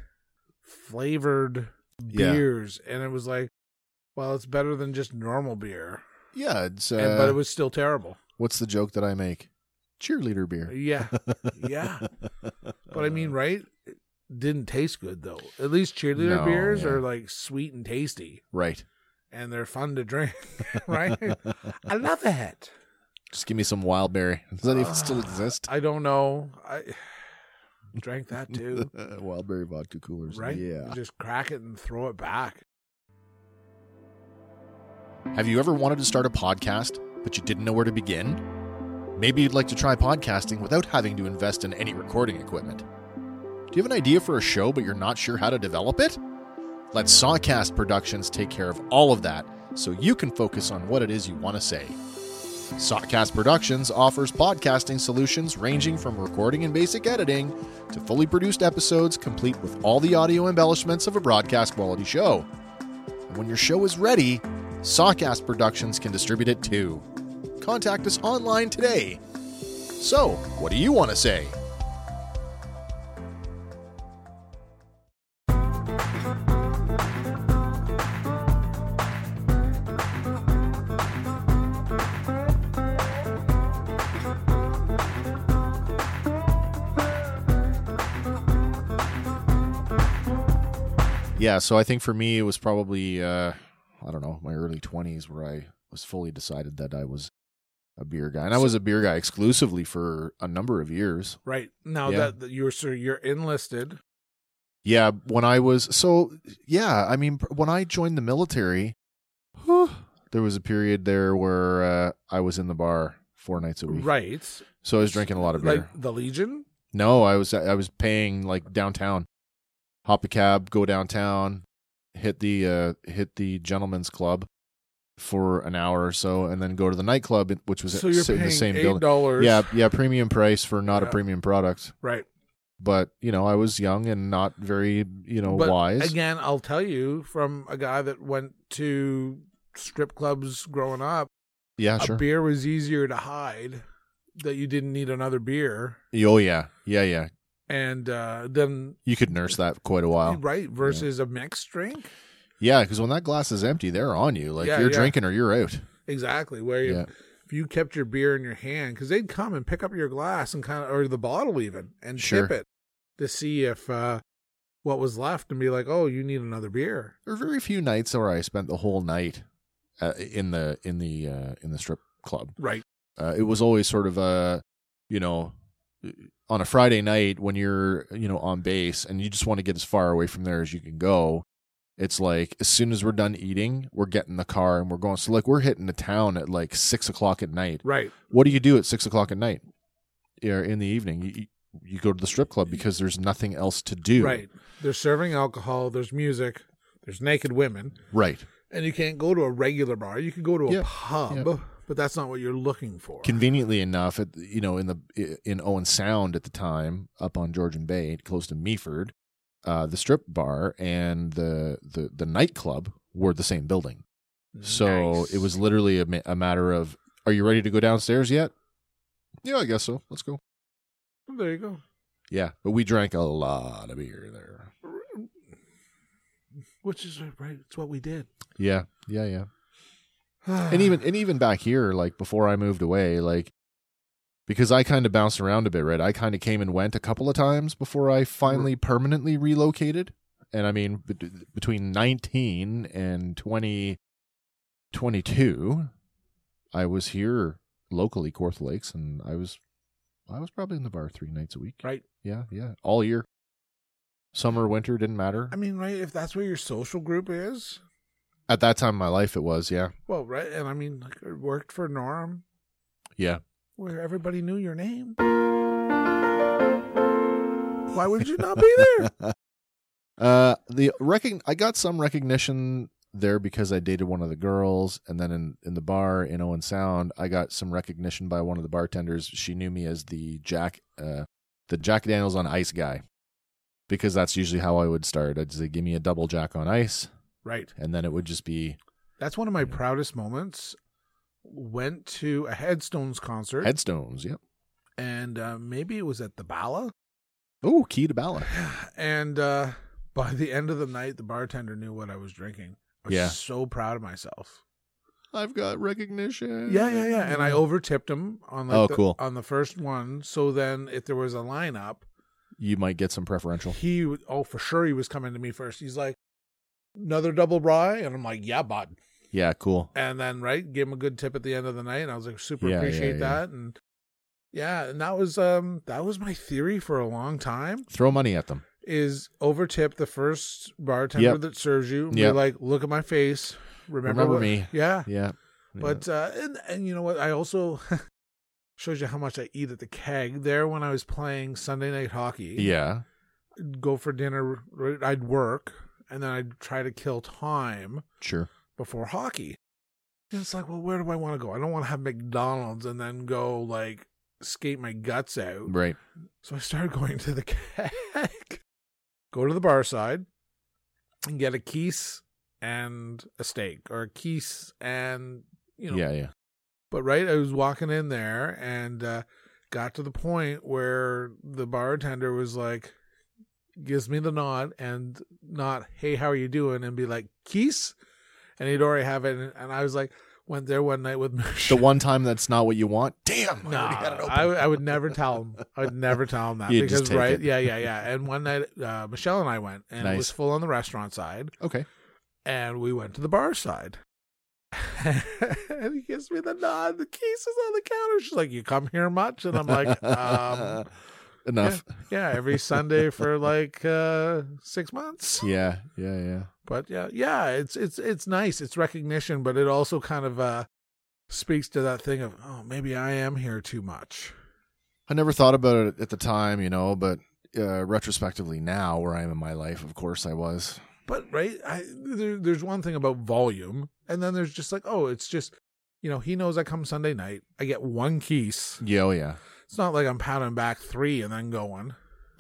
flavored
Yeah.
beers, and it was like, well, it's better than just normal beer,
yeah. it's uh,
and, but it was still terrible.
what's the joke that I make? Cheerleader beer.
Yeah, yeah.
[laughs]
But I mean, right? It didn't taste good though. At least cheerleader
No,
beers
yeah.
are like sweet and tasty.
right?
and they're fun to drink, [laughs]
[laughs]
right? I love it.
Just give me some wild berry. [laughs] Does that even still
Ah,
exist?
I don't know. I [sighs]
[laughs]
drank that too,
wild berry vodka coolers.
right? You
Yeah.
Just crack it and throw it back.
Have you ever wanted to start a podcast, but you didn't know where to begin? Maybe you'd like to try podcasting without having to invest in any recording equipment. Do you have an idea for a show, but you're not sure how to develop it? Let Sawcast Productions take care of all of that so you can focus on what it is you want to say. Sawcast Productions offers podcasting solutions ranging from recording and basic editing to fully produced episodes complete with all the audio embellishments of a broadcast quality show. And when your show is ready, Sawcast Productions can distribute it too. Contact us online today. So, what do you want to say? Yeah, so I think for me it was probably uh I don't know, my early 20s where I was fully decided that I was a beer guy. And I was a beer guy exclusively for a number of years.
Right now
Yeah.
that, that you're so you're enlisted,
Yeah, when I was so yeah, I mean pr- when I joined the military, there was a period there where uh, I was in the bar four nights a week.
Right.
So I was drinking a lot of beer.
Like the Legion?
no, I was I was paying like downtown. Hop a cab, go downtown, hit the uh hit the gentleman's club for an hour or so and then go to the nightclub which was
so you're
in
paying
the same
$8.
building. Yeah, yeah, premium price for not a
Yeah.
premium product.
Right.
But, you know, I was young and not very, you know,
But
wise.
Again, I'll tell you from a guy that went to strip clubs growing up,
yeah,
a
sure.
beer was easier to hide that you didn't need another beer.
Oh yeah. Yeah, yeah.
And uh, then,
You could nurse that quite a while.
right, versus a mixed drink.
Yeah, because when that glass is empty, they're on you. Like
Yeah,
you're
yeah.
drinking or you're out.
Exactly. Where you,
Yeah.
if you kept your beer in your hand, because they'd come and pick up your glass and kind of, or the bottle even, and
Sure.
tip it to see if uh, what was left and be like, oh, you need another beer.
There are very few nights where I spent the whole night uh, in the in the uh, in the strip club.
Right.
Uh, it was always sort of a, you know, uh, on a Friday night when you're you know on base and you just want to get as far away from there as you can go. It's like as soon as we're done eating, we're getting in the car and we're going. So like we're hitting the town at like six o'clock at night.
Right.
What do you do at six o'clock at night? Or in the evening, you you- you go to the strip club because there's nothing else to do.
Right. They're serving alcohol, there's music, there's naked women,
Right.
and you can't go to a regular bar. You could go to a
Yeah.
pub, but that's not what you're looking for.
conveniently enough at you know in the in owen sound at the time up on georgian bay close to meaford uh, the strip bar and the, the the nightclub were the same building so
Nice.
it was literally a, ma- a matter of are you ready to go downstairs yet yeah i guess so let's go
There you go.
yeah but we drank a lot of beer there
Which is uh, right. It's what we did. [sighs]
yeah yeah yeah and even and even back here like before i moved away like because i kind of bounced around a bit right i kind of came and went a couple of times before i finally permanently relocated and i mean bet- between 19 and 20 22 i was here locally Corth lakes and i was i was probably in the bar three nights a week
Right.
yeah yeah all year summer winter didn't matter
I mean, right? If that's where your social group is,
at that time in my life it was yeah
well, right. And I mean, like, I worked for Norm,
yeah
where everybody knew your name. Why would you not be
[laughs]
there?
Uh, the recog- I got some recognition there because I dated one of the girls, and then in, in the bar in Owen Sound, I got some recognition by one of the bartenders. She knew me as the Jack, uh, the Jack Daniels on ice guy, because that's usually how I would start. I'd say, "Give me a double Jack on ice,"
Right.
and then it would just be
That's one of my proudest moments. Went to a Headstones concert,
headstones. Yep.
and uh, maybe it was at the Bala.
Oh, key to ballot.
And uh, by the end of the night, the bartender knew what I was drinking. I was
Yeah.
so proud of myself.
I've got recognition.
Yeah, yeah, yeah. And I over tipped him on like
Mm-hmm. Oh,
the,
cool.
on the first one. So then, if there was a lineup,
You might get some preferential.
he would- oh for sure he was coming to me first. He's like, another double rye, and I'm like, yeah, bud.
Yeah, cool.
And then right, give him a good tip at the end of the night. And I was like, super
Yeah, yeah,
appreciate
yeah.
that. And yeah, and that was um that was my theory for a long time.
Throw money at them.
is overtip the first bartender
Yep.
that serves you. and be
Yep.
like, look at my face. Remember,
Remember
what-"
me.
Yeah.
Yeah.
But uh, and and you know what? I also [laughs] shows you how much I eat at the keg. There, when I was playing Sunday night hockey,
yeah.
I'd go for dinner. right, I'd work, and then I'd try to kill time
Sure.
before hockey. And it's like, well, where do I want to go? I don't want to have McDonald's and then go like skate my guts out.
Right.
So I started [laughs] going to the keg, go to the bar side, and get a keese and a steak, or a keese and you know.
Yeah. Yeah.
But right, I was walking in there and uh, got to the point where the bartender was like, gives me the nod and not, hey, how are you doing, and be like, keese, and he'd already have it, and, and I was like, went there one night with [laughs]
the one time that's not what you want. Damn, I
No,
already had it open.
I, I would never tell him. I would never tell him that
You'd just
because
take
right,
it.
yeah, yeah, yeah. And one night, uh, Michelle and I went, and it was
Nice.
full on the restaurant side,
okay.
and we went to the bar side. [laughs] and he gives me the nod. The keys is on the counter. She's like, "You come here much?" And
[laughs]
I'm [laughs] like, um,
Enough.
"Yeah, every Sunday for like uh, six months."
Yeah. yeah, yeah,
But yeah, yeah, it's it's it's nice. It's recognition, but it also kind of uh, speaks to that thing of, oh, maybe I am here too much.
I never thought about it at the time, you know, but uh, retrospectively now, where I am in my life, of course I was.
But right, I, there, there's one thing about volume, and then there's just like, oh, it's just, you know, he knows I come Sunday night. I get one keys.
Yeah, oh yeah.
It's not like I'm pounding back three and then going.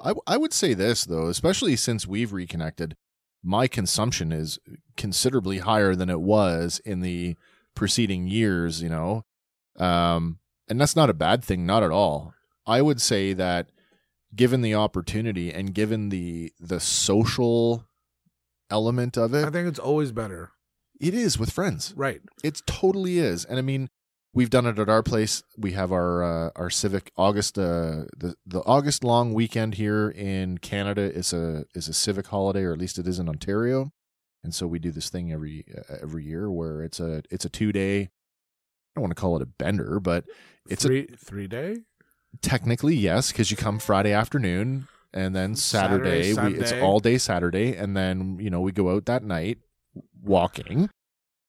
I, I would say this though, especially since we've reconnected, my consumption is considerably higher than it was in the preceding years, you know. Um, and that's not a bad thing, not at all. I would say that given the opportunity and given the the social element of
I
it,
think it's always better.
it is with friends.
Right.
It totally is, and I mean, we've done it at our place. We have our uh, our civic August uh, the the August long weekend here in Canada is a is a civic holiday, or at least it is in Ontario, and so we do this thing every uh, every year where it's a it's a two day. I don't want to call it a bender, but it's a
three three day.
technically yes because you come friday afternoon and then saturday,
Saturday,
we, it's
Sunday.
all day saturday and then you know we go out that night walking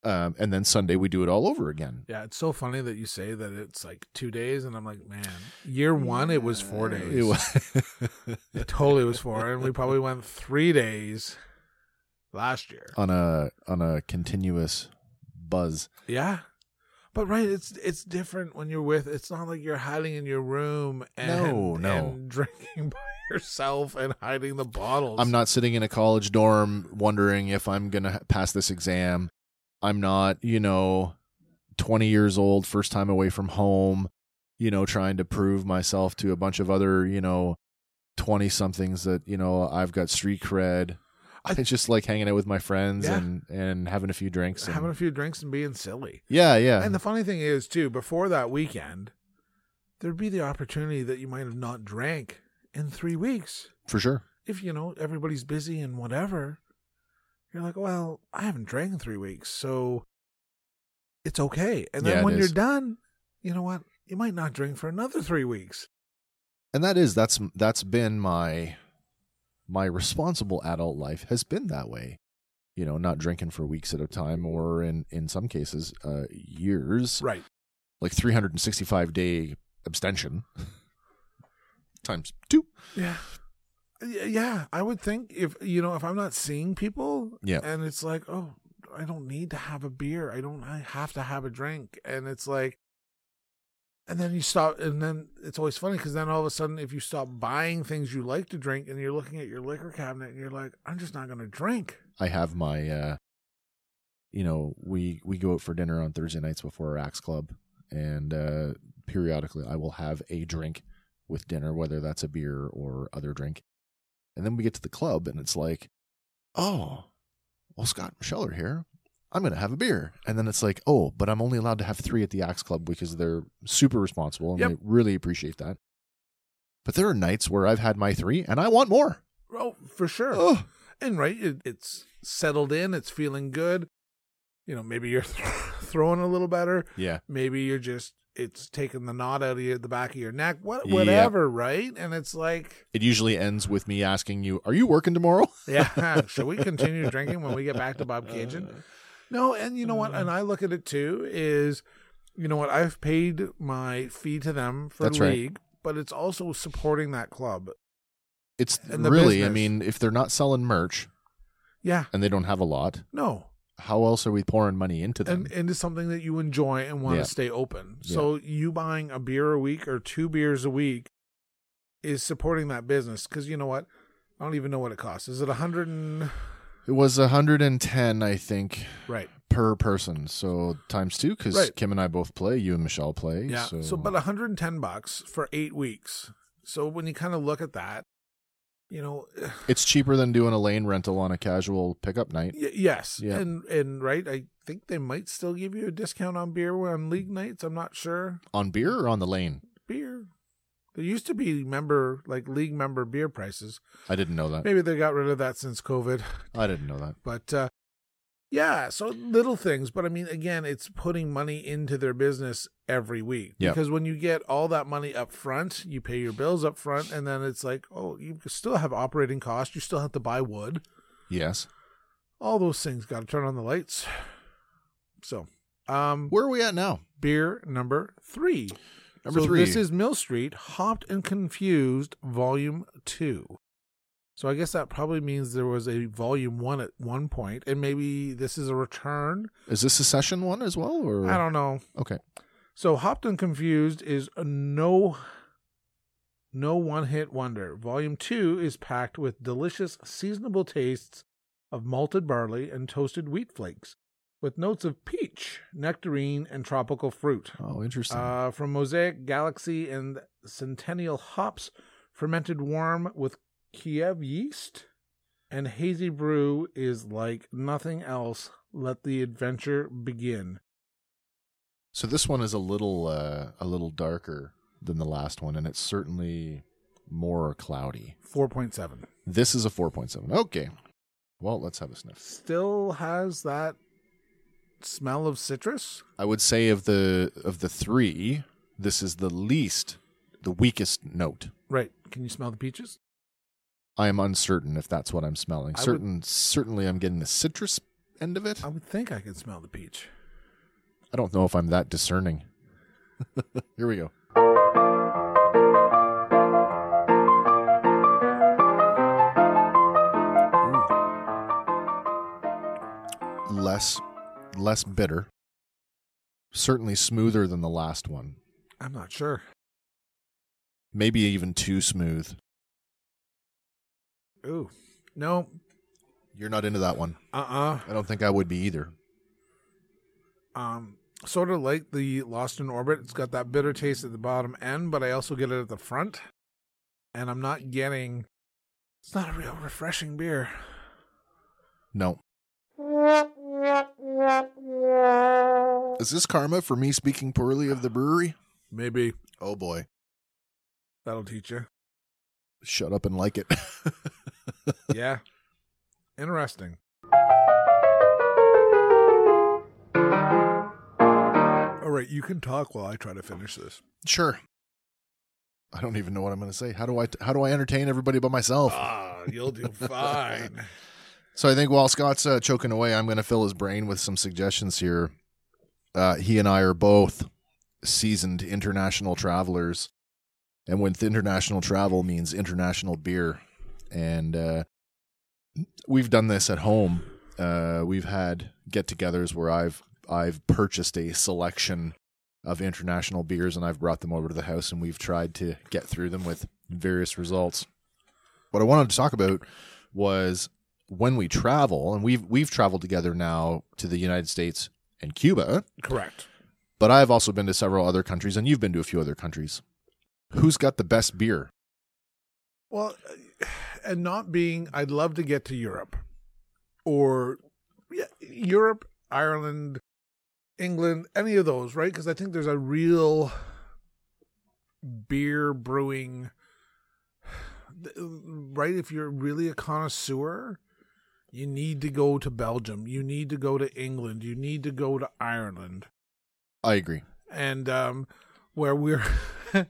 um, and then sunday we do it all over again
Yeah, it's so funny that you say that it's like two days, and I'm like, man, year one it was four days.
It wa-
It totally was four, and we probably went three days last year.
[laughs] on a on a continuous buzz
Yeah. But right, it's it's different when you're with. It's not like you're hiding in your room and,
No, no.
and drinking [laughs] by yourself and hiding the bottles.
i'm not sitting in a college dorm wondering if i'm gonna ha- pass this exam i'm not you know 20 years old first time away from home you know trying to prove myself to a bunch of other you know 20 somethings that you know i've got street cred i
I-
just like hanging out with my friends
Yeah.
and and having a few drinks and-
having a few drinks and being silly.
yeah yeah
And the funny thing is, too, before that weekend, there'd be the opportunity that you might have not drank in three weeks.
for sure
If, you know, everybody's busy and whatever, you're like, well, I haven't drank in three weeks, so it's okay. And then
Yeah, it
when you're
is.
done, you know what? You might not drink for another three weeks.
and that is that's that's been my my responsible adult life has been that way you know not drinking for weeks at a time or in in some cases uh years
Right.
like 365 day abstention [laughs] times two
Yeah. Y- Yeah, I would think if you know if I'm not seeing people,
Yeah.
and it's like, oh, I don't need to have a beer. I don't I have to have a drink, and it's like, and then you stop, and then it's always funny because then all of a sudden, if you stop buying things you like to drink, and you're looking at your liquor cabinet, and you're like, I'm just not going to drink.
i have my uh you know we we go out for dinner on thursday nights before our axe club and uh periodically i will have a drink with dinner whether that's a beer or other drink and then we get to the club and it's like oh well scott and michelle are here i'm gonna have a beer and then it's like oh but i'm only allowed to have three at the axe club because they're super responsible and
Yep.
i really appreciate that but there are nights where i've had my three and i want more
Oh, for sure.
Ugh.
And right, it, it's settled in. It's feeling good. You know, maybe you're [laughs] throwing a little better.
yeah
maybe you're just it's taking the knot out of your, the back of your neck what
Yep.
whatever right and it's like
[laughs] it usually ends with me asking you, "Are you working tomorrow?" [laughs]
yeah should we continue drinking when we get back to
Uh,
bob cajun no and you know what and i look at it too is you know what i've paid my fee to them for
That's right.
league but it's also supporting that club
It's
And the
really, I
business.
mean, if they're not selling merch
yeah
and they don't have a lot,
no
how else are we pouring money into them?
and into something that you enjoy and want
Yeah.
to stay open. So you buying a beer a week or two beers a week is supporting that business because you know what? I don't even know what it costs. Is it a hundred and
it was 110, I think,
right?
per person. So times two, because
Right.
Kim and I both play. You and Michelle play.
Yeah.
So,
So, but uh, a hundred and ten bucks for eight weeks. So when you kind of look at that, you know, [sighs] y-
it's cheaper than doing a lane rental on a casual pickup night.
yes,
Yeah.
and and right, I think they might still give you a discount on beer on league nights. I'm not sure
On beer or on the lane?
beer. There used to be member like league member beer prices.
I didn't know that.
Maybe they got rid of that since COVID.
I didn't know that.
But uh, yeah, so little things. But I mean, again, it's putting money into their business every week.
Yeah.
Because when you get all that money up front, you pay your bills up front, and then it's like, oh, you still have operating costs. You still have to buy wood.
Yes.
All those things. Got to turn on the lights. So, um,
Where are we at now?
beer number three.
Number
So
three.
This is Mill Street Hopped and Confused Volume Two. So I guess that probably means there was a Volume One at one point, and maybe this is a return.
Is this a session one as well? Or
I don't know.
okay,
So Hopped and Confused is a no no one hit wonder. Volume two is packed with delicious seasonable tastes of malted barley and toasted wheat flakes, with notes of peach, nectarine, and tropical fruit.
oh interesting.
Uh, from Mosaic, Galaxy, and Centennial hops, fermented warm with Kiev yeast, and hazy brew is like nothing else. Let the adventure begin.
so this one is a little uh, a little darker than the last one, and it's certainly more cloudy.
4.7.
This is a four point seven. Okay, well let's have a sniff.
Still has that smell of citrus.
I would say of the of the three, this is the least, the weakest note.
Right. Can you smell the peaches?
I am uncertain if that's what I'm smelling.
I would-
Certain, certainly, I'm getting the citrus end of it.
I would think I can smell the peach.
I don't know if I'm that [laughs] discerning. Here we go. Less, less bitter. Certainly smoother than the last one.
I'm not sure.
Maybe even too smooth.
Ooh. No.
You're not into that one.
Uh uh
I don't think I would be either.
um sort of like the lost in orbit it's got that bitter taste at the bottom end but i also get it at the front and i'm not getting it's not a real refreshing beer
No. Is this karma for me speaking poorly of the brewery?
maybe
Oh boy.
that'll teach you
Shut up and like it. [laughs]
yeah interesting all right you can talk while i try to finish this
sure. I don't even know what I'm going to say. How do I how do I entertain everybody but myself?
ah you'll do fine
So I think while Scott's uh, choking away, I'm going to fill his brain with some suggestions here. Uh, he and I are both seasoned international travelers, and with international travel means international beer, and uh, we've done this at home. Uh, we've had get-togethers where I've I've purchased a selection of international beers and I've brought them over to the house, and we've tried to get through them with various results. What I wanted to talk about was when we travel, and we've we've traveled together now to the United States and Cuba,
correct
but I've also been to several other countries, and you've been to a few other countries. Who's got the best beer?
Well, uh, and not being, I'd love to get to Europe or yeah, Europe, Ireland, England, any of those, right? Because I think there's a real beer brewing, [sighs] right? If you're really a connoisseur, you need to go to Belgium, you need to go to England, you need to go to Ireland
I agree.
and um, where we're [laughs]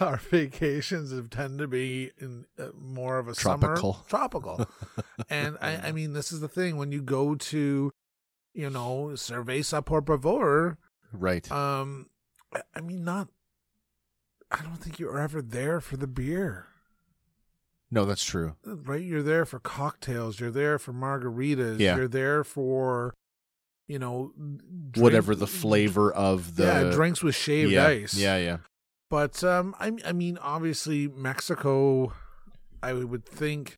our vacations have tend to be in uh, more of a
Tropical.
summer tropical,
[laughs]
and I, I mean this is the thing when you go to, you know, Cerveza por favor,
Right.
um, I- I mean not, I don't think you're ever there for the beer,
no, that's true.
right? You're there for cocktails, you're there for margaritas,
Yeah.
you're there for, you know, drink-
Whatever the flavor of the
yeah, drinks with shaved
yeah,
ice,
Yeah, yeah.
But um, I, I mean, obviously Mexico, I would think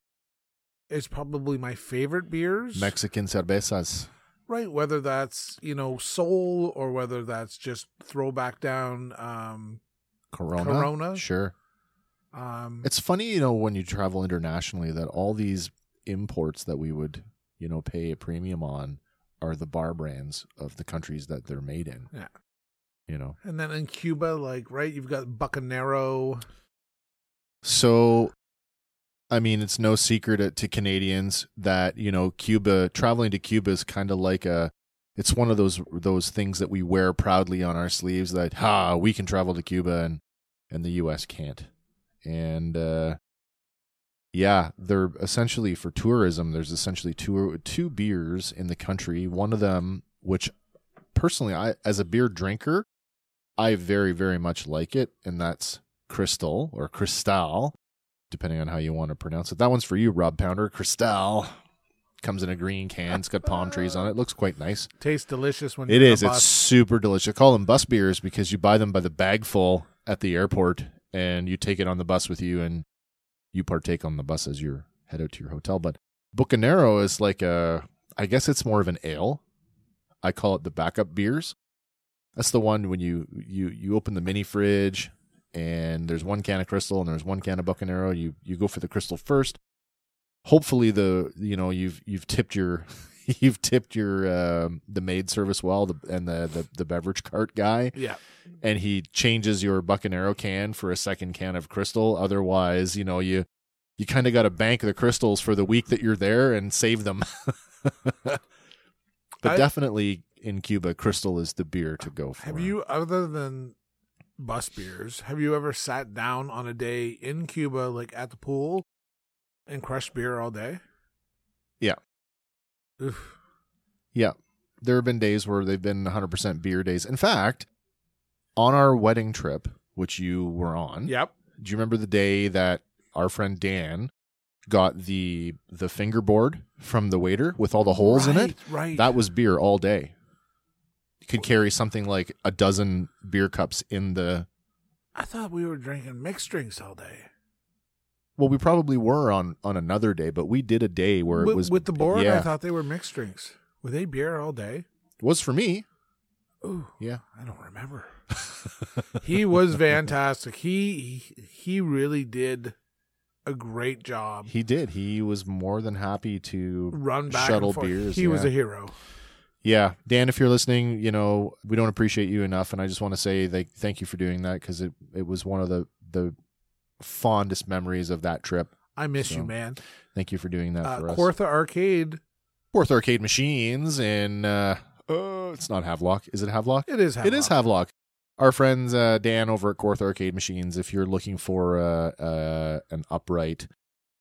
is probably my favorite beers.
Mexican cervezas.
right? Whether that's you know soul or whether that's just throwback down. Um,
Corona.
Corona.
Sure.
um,
It's funny, you know, when you travel internationally that all these imports that we would, you know, pay a premium on are the bar brands of the countries that they're made in.
Yeah.
You know.
and then in Cuba, like right, you've got Bucanero.
So, I mean, it's no secret to, to Canadians that you know Cuba traveling to Cuba is kind of like a. It's one of those those things that we wear proudly on our sleeves that ha we can travel to Cuba and and the U.S. can't, and uh, yeah, they're essentially for tourism. There's essentially two two beers in the country. One of them, which personally I as a beer drinker I very, very much like it, and that's Crystal or Cristal, depending on how you want to pronounce it. That one's for you, Rob Pounder. Cristal comes in a green can. It's got palm trees on it. Looks quite nice.
Tastes delicious when
It
you're on a
is. It's
bus.
super delicious. I call them bus beers because you buy them by the bagful at the airport, and you take it on the bus with you, and you partake on the bus as you head out to your hotel. But Bucanero is like a, I guess it's more of an ale. I call it the backup beers. That's the one when you you you open the mini fridge, and there's one can of Crystal and there's one can of Bucanero. You you go for the Crystal first. Hopefully the you know you've you've tipped your [laughs] you've tipped your um, the maid service well the, and the, the the beverage cart guy
yeah.
and he changes your buccanero can for a second can of crystal otherwise you know you you kind of got to bank the crystals for the week that you're there and save them [laughs] but
I-
definitely in cuba crystal is the beer to go for
Have you, other than bus beers, have you ever sat down on a day in Cuba, like at the pool, and crushed beer all day?
Yeah.
Oof.
yeah there have been days where they've been 100% beer days in fact on our wedding trip which you were on
Yep.
do you remember the day that our friend Dan got the the fingerboard from the waiter with all the holes in it?
Right, Right.
That was beer all day. You could carry something like a dozen beer cups in the
I thought we were drinking mixed drinks all day.
well, we probably were on on another day, but we did a day where
With-
it was
with the board,
Yeah,
I thought they were mixed drinks. Were they beer all day?
it was for me.
Ooh,
Yeah,
I don't
[laughs]
remember. he was fantastic. He he- he really did a great job.
he did. He was more than happy to
Run back
shuttle
and forth.
beers.
He was
yeah.
a hero.
Yeah, Dan, if you're listening, you know we don't appreciate you enough, and I just want to say like thank you for doing that because it it was one of the the fondest memories of that trip.
I miss you,
So,
man.
Thank you for doing that
Uh,
for us.
Cortha Arcade.
Fourth Arcade Machines in uh, uh it's not Havelock, is it Havelock?
It is.
It is
Havelock.
Havelock. Our friends uh, Dan over at Corth Arcade Machines. If you're looking for uh, uh, an upright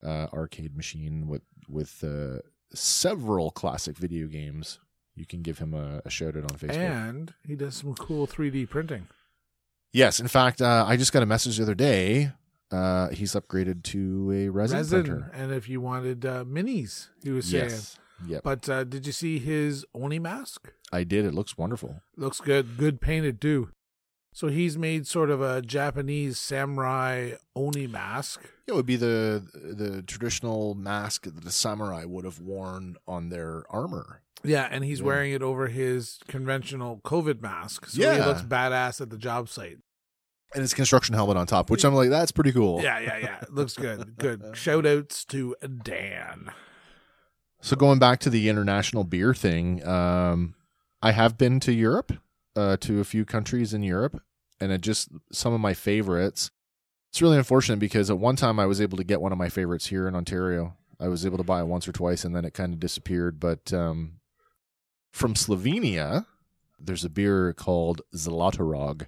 uh, arcade machine with with uh, several classic video games, you can give him a, a shout out on Facebook.
And he does some cool 3D printing.
Yes, in fact, uh, I just got a message the other day. Uh, he's upgraded to a resin,
Resin.
printer.
And if you wanted uh, minis, he was saying.
Yes. Yep.
But uh, did you see his Oni mask?
I did. It looks wonderful.
Looks good. Good painted too. So he's made sort of a Japanese samurai Oni mask.
It would be the the traditional mask that the samurai would have worn on their armor.
Yeah, and he's
Yeah.
wearing it over his conventional COVID mask. So he
Yeah.
looks badass at the job site.
And his construction helmet on top, which I'm like, that's pretty cool.
Yeah, yeah, yeah. Looks
[laughs]
good. Good. Shout outs to Dan.
So going back to the international beer thing, um, I have been to Europe, uh, to a few countries in Europe, and it just some of my favorites. It's really unfortunate because at one time I was able to get one of my favorites here in Ontario. I was able to buy it once or twice, and then it kind of disappeared. But um, from Slovenia, there's a beer called Zlatorog.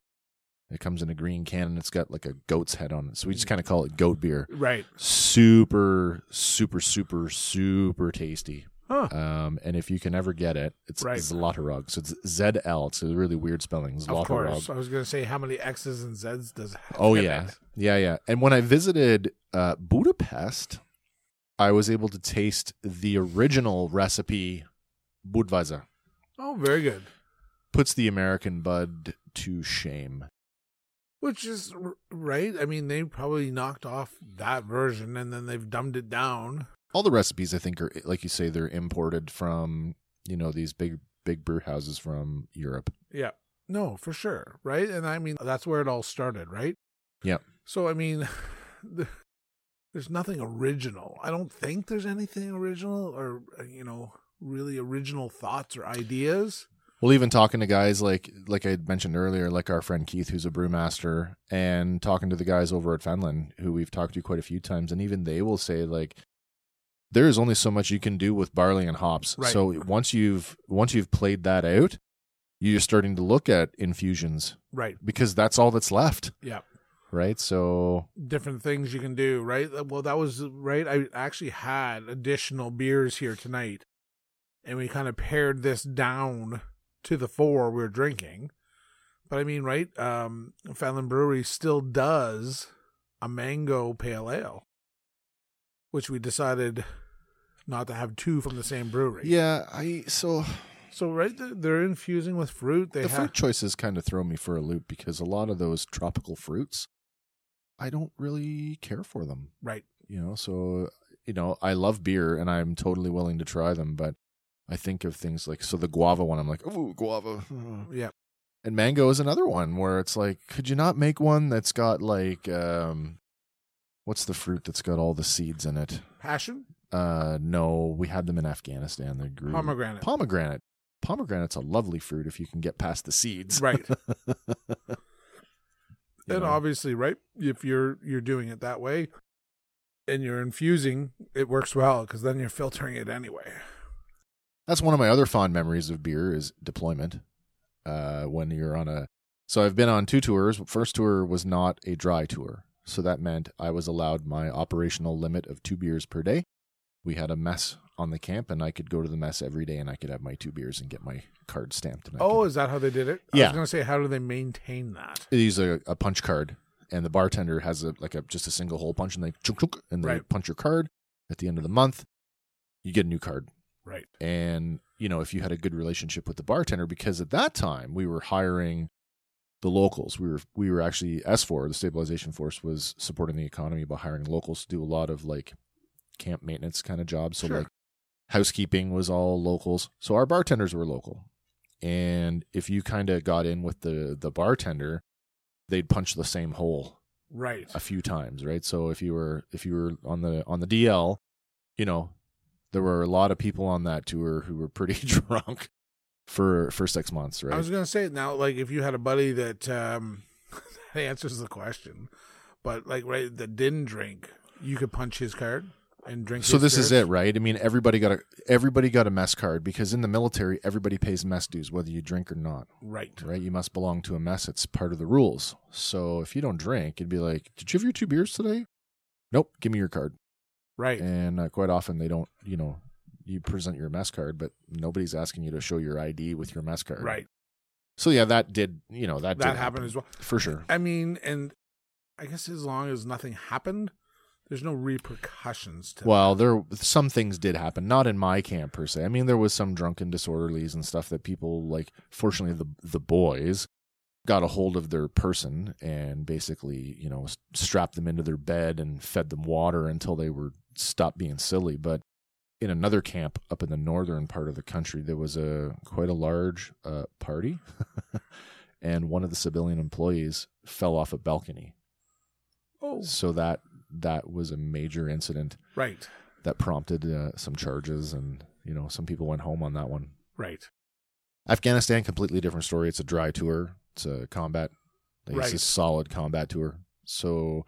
It comes in a green can and it's got like a goat's head on it. So we just kind of call it goat beer.
Right.
Super, super, super, super tasty.
Huh.
Um, and if you can ever get it, it's
Right.
Zlatarog. So it's Z L. It's a really weird spelling.
Of course.
Zlatarog.
I was going to say how many X's and Z's does [laughs] it have
Oh
in
yeah,
it?
yeah, yeah. And when I visited uh, Budapest, I was able to taste the original recipe, Budweiser.
Oh, very good.
Puts the American bud to shame.
Which is r- right. I mean, they probably knocked off that version and then they've dumbed it down.
All the recipes, I think, are like you say, they're imported from you know these big big brew houses from Europe.
Yeah. No, for sure. Right. And I mean, that's where it all started, right?
Yep.
So, I mean, [laughs] the- there's nothing original. I don't think there's anything original or, uh, you know, really original thoughts or ideas.
Well, even talking to guys like like I had mentioned earlier, like our friend Keith, who's a brewmaster, and talking to the guys over at Fenland, who we've talked to quite a few times, and even they will say like, there is only so much you can do with barley and hops.
Right.
So once you've once you've played that out, you're starting to look at infusions
Right.
because that's all that's left,
Yeah.
right? So
Different things you can do. Right. Well, that was right. I actually had additional beers here tonight and we kind of pared this down to the four we we're drinking. But I mean, right? Um, Fallon Brewery still does a mango pale ale, which we decided not to have two from the same brewery.
Yeah, I so
So right, th- they're infusing with fruit. They
the
have
fruit choices kind of throw me for a loop because a lot of those tropical fruits, I don't really care for them.
right.
You know, so you know, I love beer and I'm totally willing to try them, but I think of things like so the guava one. I'm like, oh, guava.
Yeah.
And mango is another one where it's like, could you not make one that's got like, um, what's the fruit that's got all the seeds in it?
Passion,
Uh, no, we had them in Afghanistan. They grew
pomegranate.
pomegranate. Pomegranate's a lovely fruit if you can get past the seeds.
right.
You
and
know?
obviously, right, if you're you're doing it that way and you're infusing, it works well cuz then you're filtering it anyway.
That's one of my other fond memories of beer is deployment. Uh, when you're on a, so I've been on two tours. First tour was not a dry tour, so that meant I was allowed my operational limit of two beers per day. We had a mess on the camp, and I could go to the mess every day, and I could have my two beers and get my card stamped. And I
Oh,
could-
is that how they did it? I
Yeah.
was going to say how do they maintain that?
they use a, a punch card, and the bartender has a like a just a single hole punch, and they chunk chunk, and they
Right.
punch your card. At the end of the month, you get a new card.
Right.
and you know if you had a good relationship with the bartender because at that time we were hiring the locals we were we were actually S4 the stabilization force was supporting the economy by hiring locals to do a lot of like camp maintenance kind of jobs so
Sure.
like housekeeping was all locals so our bartenders were local and if you kind of got in with the the bartender they'd punch the same hole
Right.
a few times, right? So if you were if you were on the on the DL, you know, there were a lot of people on that tour who were pretty [laughs] drunk for for six months, right?
I was going to say it now like if you had a buddy that um [laughs] that answers the question, but like right that didn't drink, you could punch his card and drink
so
his
this is
beer.
it, right? I mean, everybody got a everybody got a mess card because in the military, everybody pays mess dues whether you drink or not,
Right.
right? You must belong to a mess; it's part of the rules. So if you don't drink, it'd be like, "Did you have your two beers today?" Nope, give me your card.
Right.
and uh, quite often they don't you know you present your mess card but nobody's asking you to show your id with your mess card
Right.
so yeah that did you know that
That,
did
happened
happen
as well.
for sure
I mean, and I guess as long as nothing happened, there's no repercussions to
well there some things did happen not in my camp per se i mean there was some drunken disorderlies and stuff that people like fortunately the the boys got a hold of their person and basically you know s- strapped them into their bed and fed them water until they were stopped being silly but in another camp up in the northern part of the country there was a quite a large uh, party [laughs] and one of the civilian employees fell off a balcony
Oh,
so that that was a major incident
right,
that prompted uh, some charges and you know some people went home on that one
right,
afghanistan completely different story it's a dry tour it's a combat it's
Right.
a solid combat tour so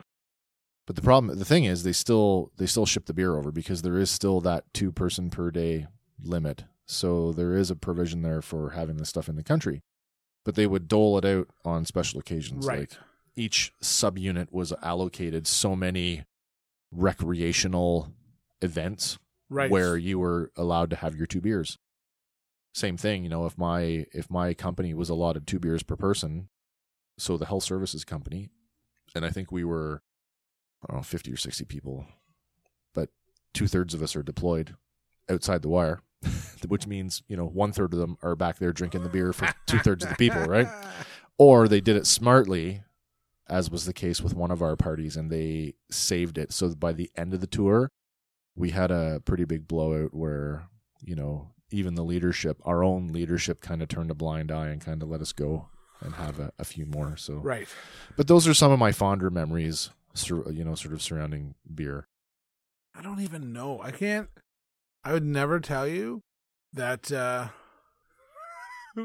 but the problem the thing is they still they still ship the beer over because there is still that two person per day limit so there is a provision there for having this stuff in the country but they would dole it out on special occasions like
right.
each subunit was allocated so many recreational events
right. [laughs]
where you were allowed to have your two beers. Same thing, you know, if my if my company was allotted two beers per person, so the health services company, and I think we were I don't know, fifty or sixty people, but two thirds of us are deployed outside the wire. [laughs] Which means, you know, one third of them are back there drinking the beer for two thirds of the people, right? or they did it smartly as was the case with one of our parties and they saved it so by the end of the tour we had a pretty big blowout where you know even the leadership our own leadership kind of turned a blind eye and kind of let us go and have a, a few more so
[laughs] Right.
but those are some of my fonder memories sur- you know sort of surrounding beer
I don't even know. I can't. I would never tell you that. uh [laughs]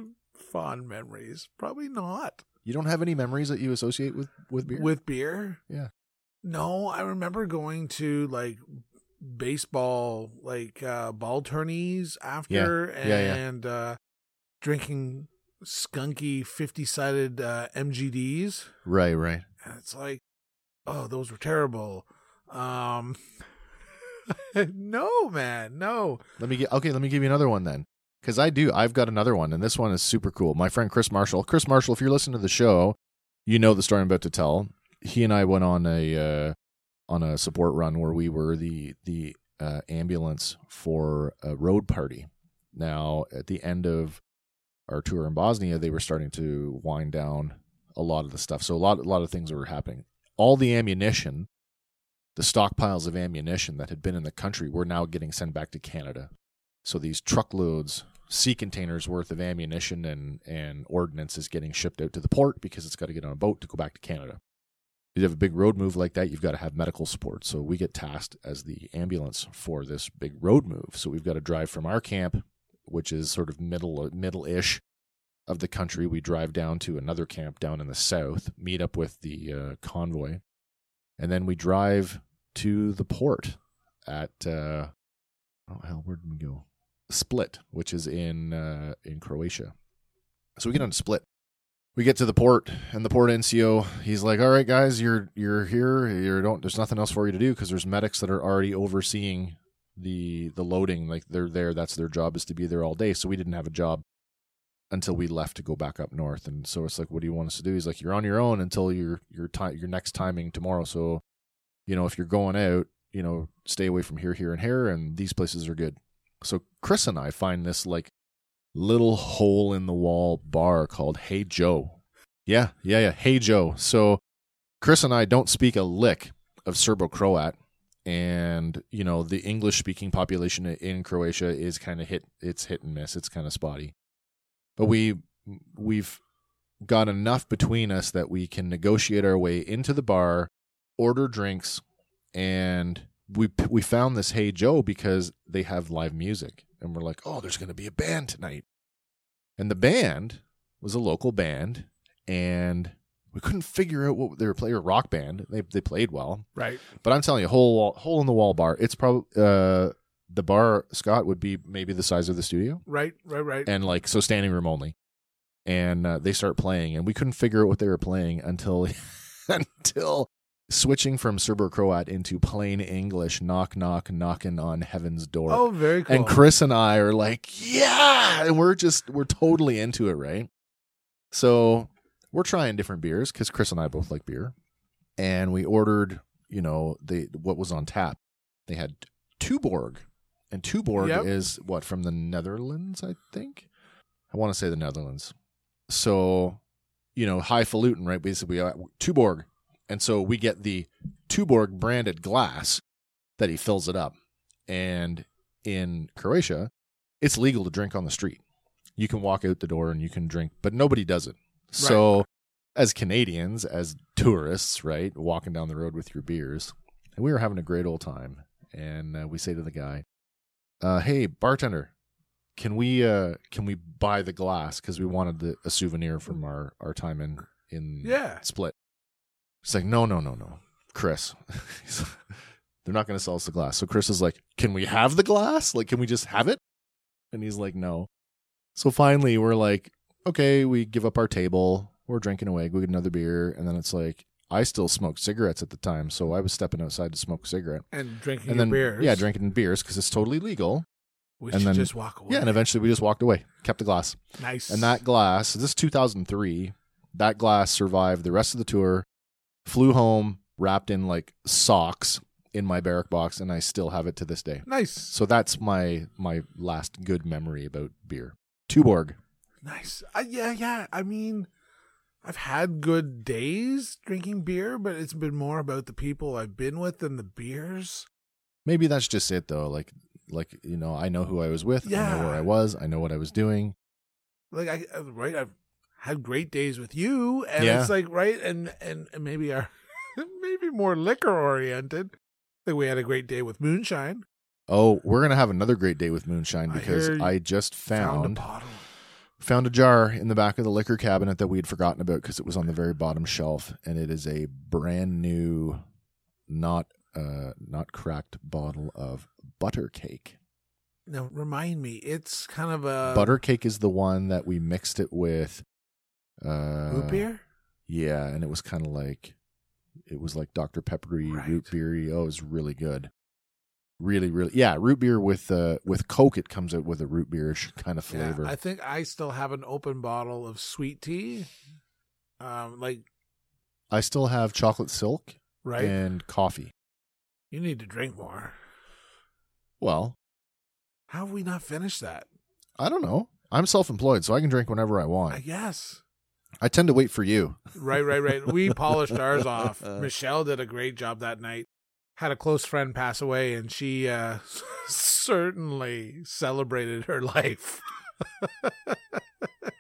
Fond memories, probably not
you don't have any memories that you associate with with beer
with beer.
Yeah.
No, I remember going to like baseball, like uh ball tourneys after,
Yeah, yeah.
and uh drinking skunky fifty-sided uh, MGDs.
right right
and it's like oh those were terrible um [laughs] no man no
let me get okay let me give you another one then Because I do. I've got another one, and this one is super cool. My friend Chris Marshall. Chris Marshall, if you're listening to the show, you know the story I'm about to tell. He and I went on a uh, on a support run where we were the the uh, ambulance for a road party. Now, at the end of our tour in Bosnia, they were starting to wind down a lot of the stuff. So a lot a lot of things were happening. All the ammunition, the stockpiles of ammunition that had been in the country, were now getting sent back to Canada. So these truckloads, sea containers worth of ammunition and and ordnance is getting shipped out to the port because it's got to get on a boat to go back to Canada. You have a big road move like that, you've got to have medical support. So we get tasked as the ambulance for this big road move. So we've got to drive from our camp, which is sort of middle middle ish of the country. We drive down to another camp down in the south, meet up with the uh, convoy, and then we drive to the port at uh, oh hell, where did we go? Split, which is in uh, in Croatia. So we get on Split. We get to the port, and the port NCO, he's like, "All right, guys, you're you're here. You don't. There's nothing else for you to do because there's medics that are already overseeing the the loading. Like they're there. That's their job is to be there all day. So we didn't have a job until we left to go back up north. And so it's like, what do you want us to do? He's like, you're on your own until your your time your next timing tomorrow. So, you know, if you're going out, you know, stay away from here, here, and here, and these places are good. So Chris and I find this like little hole in the wall bar called Hey Joe. Yeah, yeah, yeah. Hey Joe. So Chris and I don't speak a lick of Serbo Croat. And you know the English-speaking population in Croatia is kind of hit. It's hit and miss. It's kind of spotty but we we've got enough between us that we can negotiate our way into the bar, order drinks, and we we found this Hey Joe because they have live music, and we're like, oh, there's going to be a band tonight, and the band was a local band, and we couldn't figure out what they were playing. A rock band, they they played well,
Right.
but I'm telling you, hole wall, hole in the wall bar. It's probably uh, the bar Scott would be maybe the size of the studio
Right. Right. Right.
and like so standing room only and uh, they start playing and we couldn't figure out what they were playing until [laughs] until switching from serbo croat into plain english knock knock knocking on heaven's door
oh, very cool.
and chris and i are like yeah and we're just we're totally into it right so we're trying different beers because chris and i both like beer and we ordered you know they what was on tap they had tuborg and tuborg
Yep.
is what from the netherlands i think i want to say the netherlands so you know highfalutin right basically uh, tuborg and so we get the tuborg branded glass that he fills it up and in croatia it's legal to drink on the street you can walk out the door and you can drink but nobody does it so as Canadians, as tourists, right, walking down the road with your beers, and we were having a great old time. And uh, we say to the guy, uh, "Hey, bartender, can we uh, can we buy the glass because we wanted the, a souvenir from our our time in in
Yeah.
split?" He's like, "No, no, no, no, Chris." [laughs] He's like, They're not going to sell us the glass. So Chris is like, "Can we have the glass? Like, can we just have it?" And he's like, "No." So finally, we're like, okay, we give up our table, we're drinking away, we get another beer, and then it's like I still smoked cigarettes at the time, so I was stepping outside to smoke a cigarette.
And drinking
And then
beers.
yeah, drinking beers because it's totally legal.
We
and
should
then-
just walk away.
Yeah, and eventually we just walked away, kept the glass.
nice.
And that glass, this is 2003, that glass survived the rest of the tour, flew home wrapped in like socks in my barrack box and I still have it to this day.
nice.
So that's my my last good memory about beer. Tuborg.
Nice. Uh, yeah, yeah. I mean, I've had good days drinking beer, but it's been more about the people I've been with than the beers.
maybe that's just it though like like you know i know who i was with i know
Yeah.
where i was i know what i was doing
Like I I- right, I've had great days with you, and
Yeah.
it's like right, and and, and maybe our [laughs] maybe more liquor oriented. Like we had a great day with moonshine.
oh we're gonna have another great day with moonshine
I
because
hear you
i, just
found
found
a bottle.
found a jar in the back of the liquor cabinet that we had forgotten about because it was on the very bottom shelf and it is a brand new not uh not cracked bottle of butter cake
Now remind me, it's kind of a
butter cake is the one that we mixed it with uh
root beer.
Yeah, and it was kind of like it was like Dr. Peppery
Right.
root beery. Oh, it was really good. Really, really, yeah. Root beer with uh with Coke, it comes out with a root beerish kind of
Yeah,
flavor.
I think I still have an open bottle of sweet tea. Um, like
I still have chocolate silk
right,
and coffee.
you need to drink more.
Well,
How have we not finished that?
I don't know. I'm self-employed, so I can drink whenever I want.
I guess.
I tend to wait for you.
Right, right,
[laughs]
right. We polished ours off. Michelle did a great job that night. Had a close friend pass away, and she uh, [laughs] certainly celebrated her life.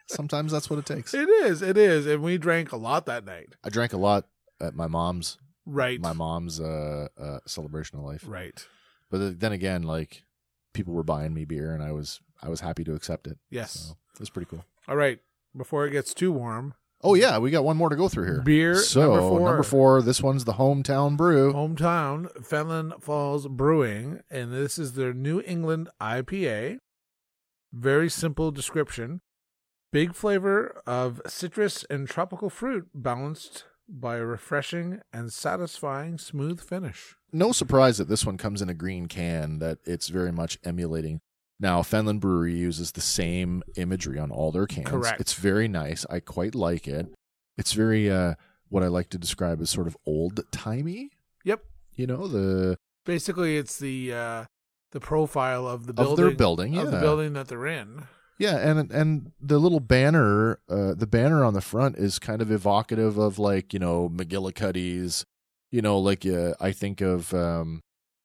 Sometimes that's what it takes.
It is, it is, and we drank a lot that night.
I drank a lot at my mom's
Right,
my mom's uh, uh celebration of life.
right.
But then again, like people were buying me beer, and I was I was happy to accept it.
Yes.
So it was pretty cool.
All right. Before it gets too warm,
Oh yeah, we got one more to go through here.
Beer
So
number four.
This one's the hometown brew.
hometown Fenland Falls Brewing, and this is their New England IPA. Very simple description: big flavor of citrus and tropical fruit, balanced by a refreshing and satisfying smooth finish.
No surprise that this one comes in a green can. That it's very much emulating. Now, Fenland Brewery uses the same imagery on all their cans.
Correct.
It's very nice. I quite like it. It's very uh, what I like to describe as sort of old timey.
Yep.
You know the
Basically, it's the uh, the profile of the
Of
building
their building,
of the
yeah.
building that they're in.
Yeah, and and the little banner, uh, the banner on the front is kind of evocative of like you know McGillicuddy's, you know, like uh, I think of um,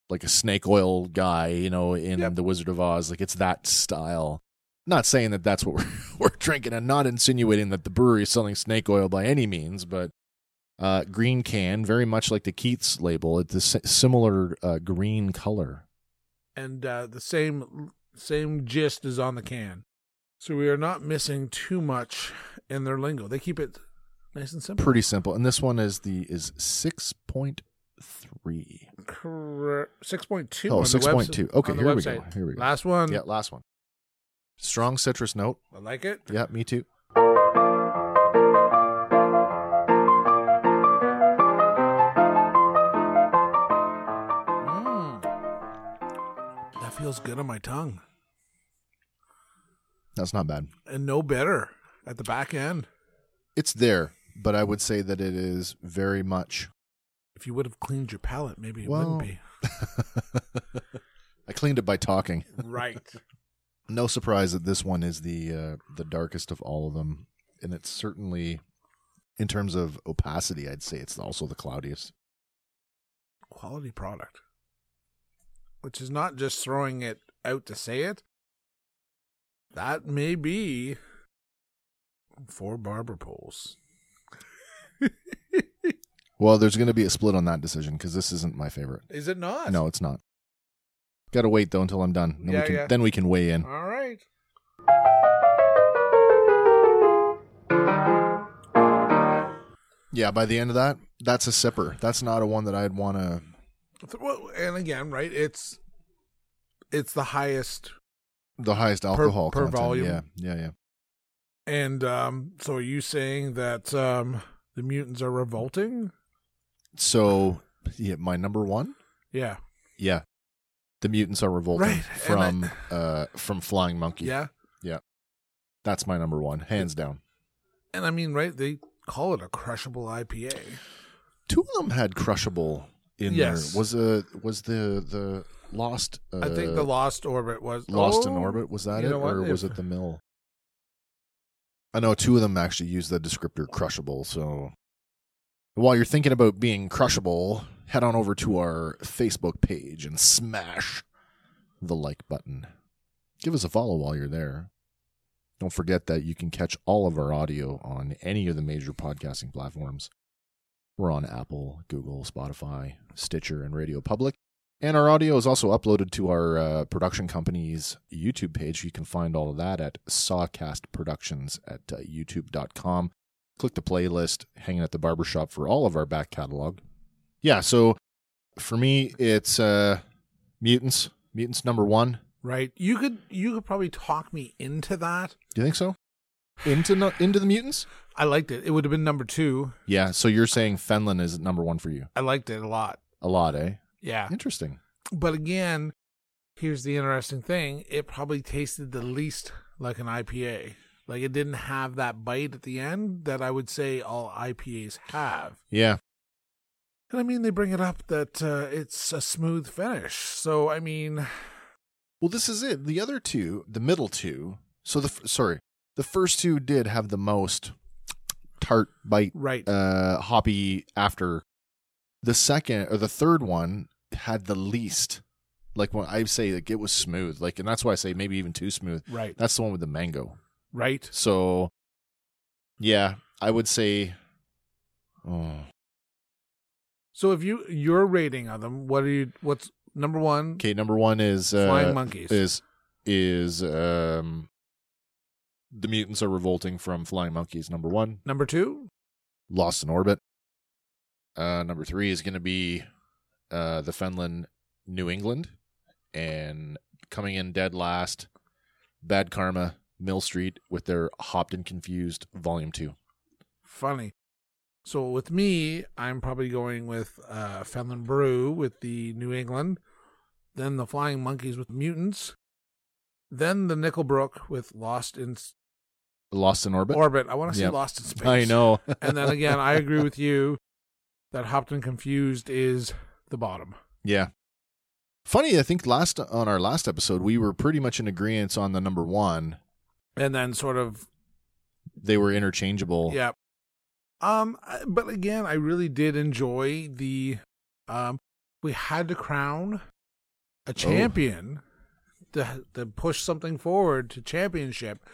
like a snake oil guy, you know, in
Yep.
The Wizard of Oz. Like it's that style. Not saying that that's what [laughs] we're we're drinking, and not insinuating that the brewery is selling snake oil by any means, but uh, green can, very much like the Keats label, it's a si- similar uh, green color.
and uh, the same same gist is on the can. So we are not missing too much in their lingo. They keep it nice and simple.
Pretty simple, and this one is the is six point three.
Cor- 6.2.
Oh,
on the
6.2.
webs-
Okay,
on the
here we go,
website.
here we go.
Last one.
Yeah, last one. Strong citrus note.
I like it.
Yeah, me too.
Mm. That feels good on my tongue.
That's not bad.
And no bitter at the back end.
It's there, but I would say that it is very much.
If you would have cleaned your palate, maybe it
Well- [laughs]
wouldn't be.
I cleaned it by talking.
Right.
No surprise that this one is the uh, the darkest of all of them, and it's certainly, in terms of opacity, I'd say it's also the cloudiest.
quality product, which is not just throwing it out to say it. That may be for barber poles.
Well, there's going to be a split on that decision because this isn't my favorite.
Is it not?
No, it's not. Got to wait though until I'm done. Then
Yeah,
we can,
yeah.
Then we can weigh in.
All right.
Yeah, by the end of that, that's a sipper. That's not a one that I'd want to.
Well, and again, right? It's it's the highest,
The highest alcohol
per
content.
volume.
Yeah, yeah, yeah.
and um, so are you saying that um, the mutants are revolting?
So, yeah, my number one.
Yeah,
Yeah, the mutants are revolting
Right,
from
and
uh from flying monkey.
yeah.
that's my number one, hands down.
And I mean, right? They call it a crushable IPA.
Two of them had crushable in
Yes.
there. Was a was the the lost. Uh,
I think the Lost Orbit was
lost in
Oh,
orbit was that
you
it,
know what?
or was
If-
it the mill? I know two of them actually use the descriptor crushable. So while you're thinking about being crushable, head on over to our Facebook page and smash the like button. Give us a follow while you're there. Don't forget that you can catch all of our audio on any of the major podcasting platforms. We're on Apple, Google, Spotify, Stitcher, and Radio Public. And our audio is also uploaded to our uh, production company's YouTube page. You can find all of that at Sawcast Productions at uh, youtube.com. Click the playlist, hanging at the barbershop for all of our back catalog. Yeah, so for me, it's uh, Mutants. Mutants number one.
Right. You could you could probably talk me into that.
Do you think so? Into no, into the mutants?
I liked it. It would have been number two.
Yeah. So you're saying Fenlon is number one for you?
I liked it a lot.
A lot, eh?
Yeah.
Interesting.
But again, here's the interesting thing it probably tasted the least like an IPA. Like it didn't have that bite at the end that I would say all IPAs have.
Yeah.
And I mean, they bring it up that uh, it's a smooth finish. So, I mean,
Well, this is it. The other two, the middle two. So the f- sorry, the first two did have the most tart bite,
right.
uh, hoppy after. The second or the third one had the least. Like when I say like it was smooth, like and that's why I say maybe even too smooth.
right.
That's the one with the mango.
Right.
So, yeah, I would say. Oh,
So, if you, your rating of them, what are you, what's number one?
okay, number one is uh,
Flying monkeys.
is is um the mutants are revolting from flying monkeys number one
Number two,
lost in orbit uh number three is gonna be uh the fenland new england and coming in dead last bad karma mill street with their hopped and confused volume two
funny. So with me, I'm probably going with uh, Fenland Brew with the New England, then the Flying Monkeys with Mutants, then the Nickelbrook with Lost in S-
lost in orbit
Orbit. I want to say
Yep.
Lost in
[laughs]
Space.
i [laughs] know
[laughs] and then again, I agree with you that Hopped and Confused is the bottom.
Yeah. Funny, I think last on our last episode we were pretty much in agreement on the number one.
And then sort of
They were interchangeable.
Yeah. Um, I- but again, I really did enjoy the. Um, we had to crown
Oh.
a champion to to push something forward to championship.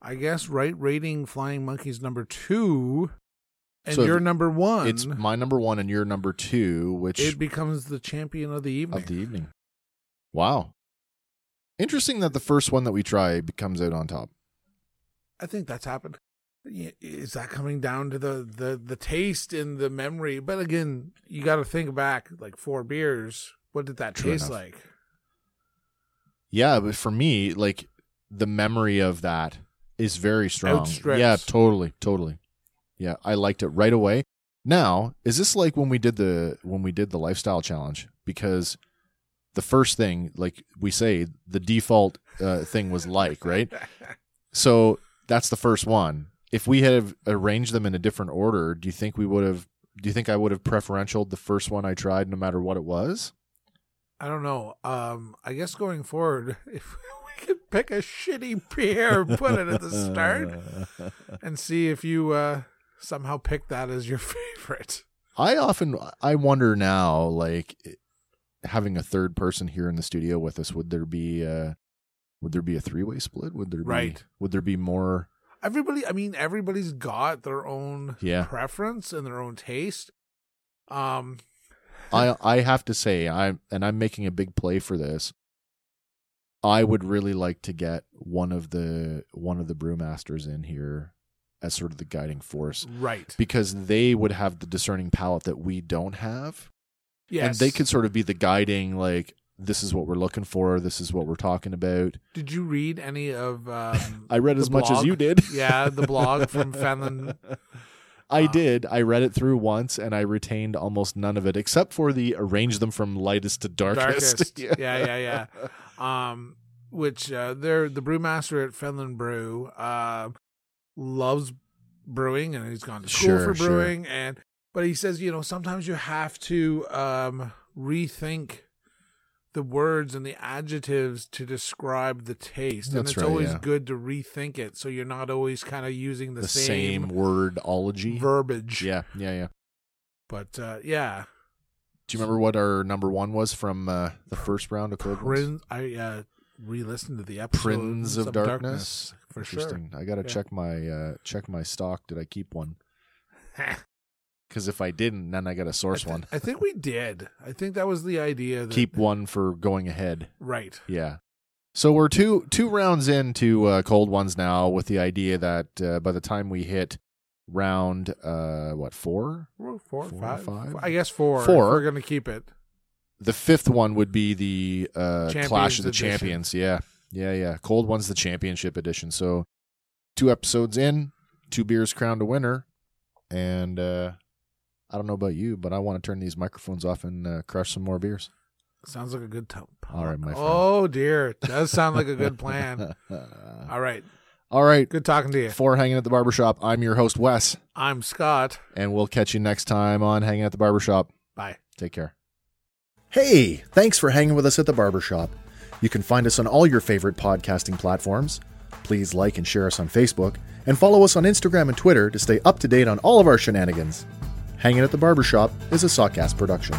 I guess right rating Flying Monkeys number two, and
So
your number one.
It's my number one and your number two, which
it becomes the champion of the evening.
of the evening. Wow. Interesting that the first one that we try comes out on top.
I think that's happened. Y- Is that coming down to the the the taste and the memory? But again, you got to think back like four beers. What did that
True
taste
enough.
like?
Yeah, but for me, like the memory of that is very strong.
Outstrips.
Yeah, totally, totally. Yeah, I liked it right away. Now, is this like when we did the when we did the lifestyle challenge? Because the first thing, like we say, the default uh, thing was like, right? So that's the first one. If we had have arranged them in a different order, do you think we would have? Do you think I would have preferential the first one I tried, no matter what it was?
[laughs] I don't know. Um, I guess going forward, [laughs] if we could pick a shitty beer, put it at the
[laughs]
start,
Uh,
and see if you uh, somehow pick that as your [laughs] favorite.
I often I wonder now, like having a third person here in the studio with us, would there be uh would there be a three way split? Would there be
Right.
would there be more
Everybody, I mean, everybody's got their own
Yeah.
preference and their own taste. Um,
I I have to say, I'm and I'm making a big play for this. I would really like to get one of the one of the brewmasters in here as sort of the guiding force
right?
because they would have the discerning palate that we don't have.
Yes.
and they could sort of be the guiding like this is what we're looking for this is what we're talking about
Did you read any of? Um,
[laughs] i read
the
as much as
blog?
you did
[laughs] yeah, the
[laughs]
blog from Uh, Fenland.
i
Wow.
did i read it through once and i retained almost none of it except for the arrange them from lightest to darkest, [laughs]
Yeah, yeah, yeah. Um, which uh, they're the brewmaster at Fenland Brew. Uh, loves brewing, and he's gone to school
Sure,
for
sure.
brewing. And but he says, you know, sometimes you have to um rethink the words and the adjectives to describe the taste, and
That's
it's
right,
always
yeah.
good to rethink it, so you're not always kind of [laughs] using the,
the, same,
same,
wordology
verbiage.
yeah yeah yeah
But uh, yeah,
do you remember what our number one was from uh, the first round of cold Ones?
Prin- I uh, re-listened to the episode
Prince of Darkness?
for sure.
interesting i gotta
Yeah.
check my uh, check my stock did i keep one because if i didn't then i gotta source
I,
one
th- I think we did. I think that was the idea. That,
keep one for going ahead
right.
Yeah. So we're two two rounds into uh, cold ones now, with the idea that uh, by the time we hit round uh, what four,
Four, four,
Four,
five.
five?
I guess four. if
Four.
We're gonna keep it.
the fifth one would be the uh,
Champions
Clash of the
Edition.
Champions. Yeah, yeah, yeah. Cold one's the championship edition. So two episodes in, two beers crowned a winner, and uh, I don't know about you, but I want to turn these microphones off and uh, crush some more beers.
Sounds like a good time.
All right, my friend.
Oh dear, it does sound like a
[laughs]
good plan. All right,
All right.
good talking to you.
For Hanging at the Barbershop, I'm your host, Wes,
I'm Scott.
and we'll catch you next time on Hanging at the Barbershop.
Bye.
Take care. Hey, thanks for hanging with us at the barbershop. You can find us on all your favorite podcasting platforms. Please like and share us on Facebook, and follow us on Instagram and Twitter to stay up to date on all of our shenanigans. Hanging at the Barbershop is a Sawcast production.